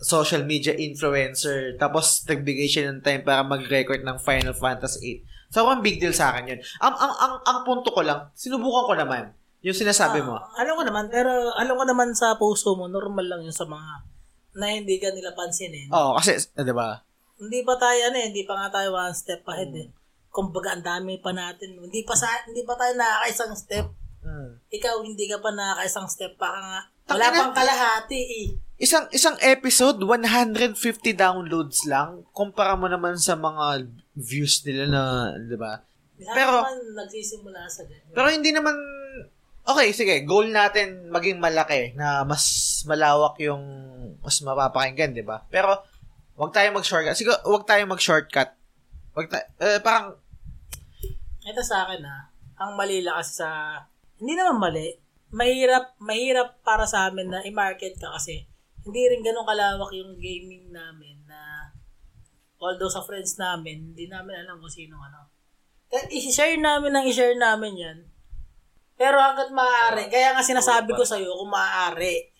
S1: social media influencer. Tapos nagbigay siya ng time para mag-record ng Final Fantasy 8. So, ang big deal sa akin yun. Ang, ang, ang, ang punto ko lang, sinubukan ko naman yung sinasabi mo.
S2: Ah, alam ko naman, pero alam ko naman sa puso mo, normal lang yun sa mga na hindi ka nila pansinin.
S1: Oo, kasi, ah, di ba?
S2: Hindi pa tayo ano eh, hindi pa nga tayo one step ahead
S1: Mm.
S2: eh. Kumbaga ang dami pa natin. Hindi pa sa hindi pa tayo nakakaisang step.
S1: Mm.
S2: Ikaw hindi ka pa nakakaisang step pa ka nga. Wala
S1: Tangina.
S2: pang kalahati eh.
S1: Isang isang episode 150 downloads lang kumpara mo naman sa mga views nila na, 'di ba?
S2: Lahat
S1: Pero-
S2: naman nagsisimula sa ganyan.
S1: Pero hindi naman Okay, sige, goal natin maging malaki na mas malawak yung mas mapapakinggan, 'di ba? Pero wag tayong mag-shortcut. Siguro wag tayong mag-shortcut. Wag ta- eh, parang
S2: Ito sa akin ha, ang mali lang kasi sa, hindi naman mali, mahirap, mahirap para sa amin na i-market ka kasi hindi rin ganun kalawak yung gaming namin na although sa friends namin, hindi namin alam kung sino ano. Kaya I-share namin ang i-share namin yan. Pero hanggat maaari, kaya nga sinasabi ko sa'yo, kung maaari,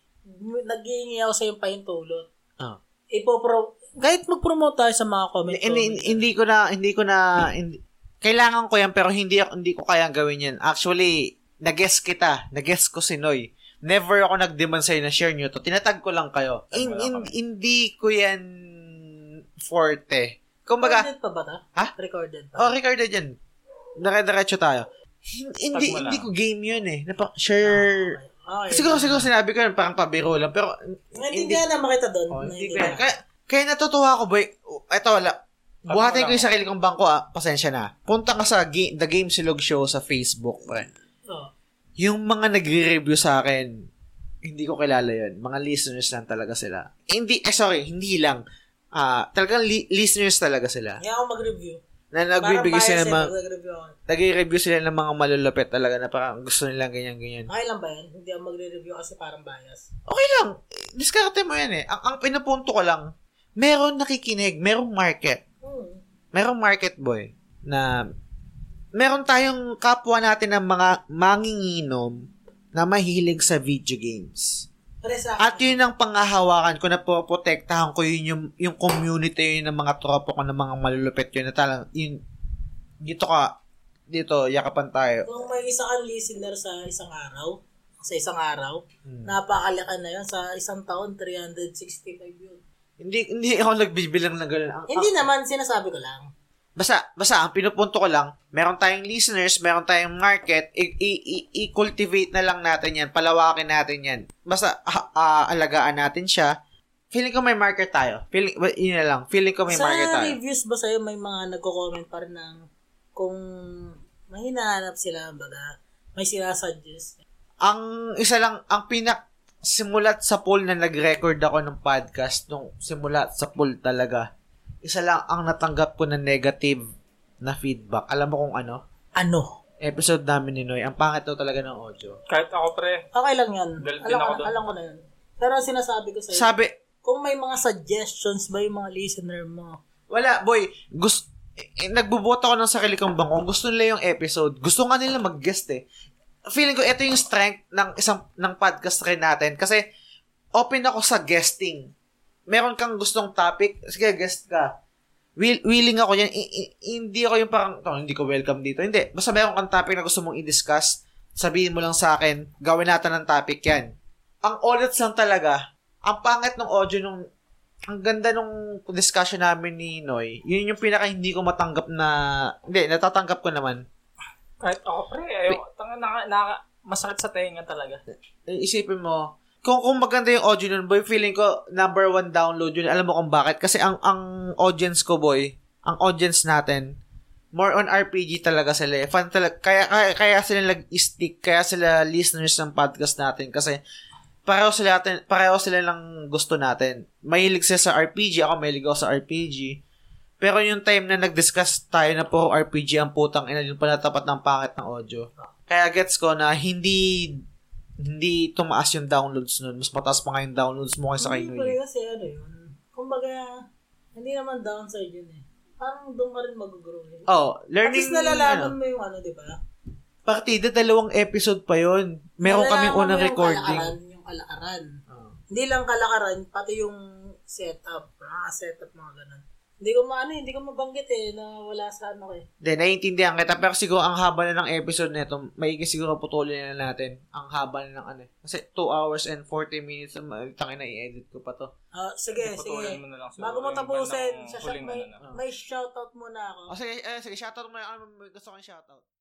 S2: nag-iingi ako sa'yo pahintulot.
S1: Ah.
S2: Ipopro- kahit mag-promote tayo sa mga comment.
S1: hindi, hindi ko na hindi ko na hindi, kailangan ko 'yan pero hindi ako- hindi ko kayang gawin 'yan. Actually, nag-guess kita, nag-guess ko si Noy. Never ako nag-demand sa'yo na share nyo to. Tinatag ko lang kayo. In,
S3: Wala
S1: in,
S3: kami.
S1: hindi ko yan forte. Kumbaga,
S2: Recorded pa ba ta?
S1: Ha?
S2: Recorded pa.
S1: oh, recorded yan. Nakadiretso tayo. Hin- Hindi,
S3: mo lang.
S1: hindi ko game yun eh. Napa, share.
S2: Okay.
S1: Siguro, siguro sinabi ko yun, parang pabiro lang. Pero, hindi,
S2: Naintindihan na makita doon.
S1: Oh, hindi ko yan.
S2: Naintindihan.
S1: Kaya, kaya natutuwa ako, boy. Ito, wala. Buhatin ko yung sarili kong bangko, ah. Pasensya na. Punta ka sa ga- The Game Silog Show sa Facebook, pre.
S2: Oo.
S1: Yung mga nagre-review sa akin, hindi ko kilala yon Mga listeners lang talaga sila. Hindi, eh, sorry, hindi lang. Ah, talagang li- listeners talaga sila.
S2: Hindi ako mag-review.
S1: Na
S2: Parang
S1: nagbibigay
S2: bias
S1: sila
S2: eh,
S1: ng mga,
S2: pag nag-review ako.
S1: nagre-review sila ng mga malulupit talaga na parang gusto nilang ganyan-ganyan.
S2: Okay lang ba yan? Hindi ako magre-review kasi parang bias.
S1: okay lang. Diskarte mo yan eh. Ang, ang pinapunto ko lang, meron nakikinig, merong market.
S2: Hmm.
S1: merong market boy na meron tayong kapwa natin ng mga manginginom na mahilig sa video games.
S2: Pero sa
S1: At yun ang pangahawakan ko na poprotektahan ko yun yung, yung community yun ng mga tropo ko ng mga malulupit yun na talang yun, dito ka dito yakapan tayo.
S2: Kung may isa kang listener sa isang araw, sa isang araw,
S1: Hmm.
S2: napakalaki na yun. Sa isang taon, 365 yun.
S1: Hindi hindi ako nagbibilang ng ganun. Ang-
S2: Hindi naman, sinasabi ko lang.
S1: Basta, basta, ang pinupunto ko lang, meron tayong listeners, meron tayong market, i- i- i- i-cultivate na lang natin yan, palawakin natin yan. Basta, ah, ah, alagaan natin siya. Feeling ko may market tayo. Feeling, well, yun na lang, feeling ko may
S2: sa
S1: market tayo.
S2: reviews ba sa'yo, may mga nagko-comment pa rin ng kung may hinahanap sila, baga, may sinasuggest.
S1: Ang isa lang, ang pinak, simulat sa poll na nag-record ako ng podcast, nung simulat sa poll talaga, isa lang ang natanggap ko na negative na feedback. Alam mo kung ano?
S2: Ano?
S1: Episode namin ni Noy, ang pangit daw talaga ng audio.
S3: Kahit ako pre,
S2: Okay lang yan.
S3: Galit din
S2: alam, ko
S3: ako
S2: na,
S3: doon.
S2: alam ko na yun. Pero ang sinasabi ko sa'yo,
S1: Sabi,
S2: kung may mga suggestions ba yung mga listener mo?
S1: Wala, boy. Gusto, eh, nagbubuta ko ng sarili kong bangko. Gusto nila yung episode. Gusto nga nila mag-guest eh. Feeling ko, ito yung strength ng isang ng podcast rin natin. Kasi, open ako sa guesting. Meron kang gustong topic, sige, guest ka. Will, willing ako yan. I- i- hindi ako yung parang, "Oh, hindi ko welcome dito. Hindi. Basta meron kang topic na gusto mong i-discuss, sabihin mo lang sa akin, gawin natin ng topic yan. Ang olats lang talaga, ang pangit ng audio nung ang ganda nung discussion namin ni Noy, yun yung pinaka hindi ko matanggap na, hindi, natatanggap ko naman.
S3: kahit ako pre, ayaw, tanga, naka, naka, masakit sa tenga talaga.
S1: Eh, Isipin mo, kung, kung maganda yung audio nun, boy, feeling ko number one download yun. Alam mo kung bakit? Kasi ang, ang audience ko, boy, ang audience natin, more on RPG talaga sila. eh. Fan talaga. Kaya, kaya, kaya sila nag-stick, kaya sila listeners ng podcast natin. Kasi, pareho sila, atin, pareho sila lang gusto natin. Mahilig sila sa RPG. Ako mahilig ako sa RPG. Pero yung time na nag-discuss tayo na puro RPG ang putang ina, yun pa natapat ng pangit ng audio. Kaya gets ko na hindi hindi tumaas yung downloads nun. Mas mataas pa nga yung downloads mo kaysa kay
S2: Hindi
S1: New
S2: pala
S1: Year.
S2: kasi ano yun. Kumbaga, hindi naman downside yun eh. Parang doon ka rin mag-grow. Eh.
S1: Oh,
S2: At
S1: learning,
S2: least nalalaman
S1: ano,
S2: mo yung ano, di ba?
S1: partida, dalawang episode pa yon Meron
S2: Nalalaman
S1: kaming
S2: mo
S1: unang
S2: yung
S1: recording.
S2: Kalakaran, yung kalakaran.
S3: Oh.
S2: Hindi lang kalakaran, pati yung setup. Mga setup, mga ganun. Hindi ko maano, eh, hindi ko mabanggit eh, na wala sa ano eh.
S1: Then, naiintindihan kita. Pero siguro, ang haba na ng episode nito, maigi siguro putulin na natin. Ang haba na ng ano. eh. Kasi 2 hours and 40 minutes, tangin na i-edit ko pa to.
S2: Ah, sige,
S3: Putulan mo
S2: sige.
S3: na lang siguro
S2: Bago mo
S3: yung
S2: tapusin,
S3: bandang
S2: sa
S3: huling
S2: may,
S3: ano na.
S2: may shoutout muna ako.
S1: O sige, eh, sige, shoutout mo na. Ano, may gusto kong shoutout.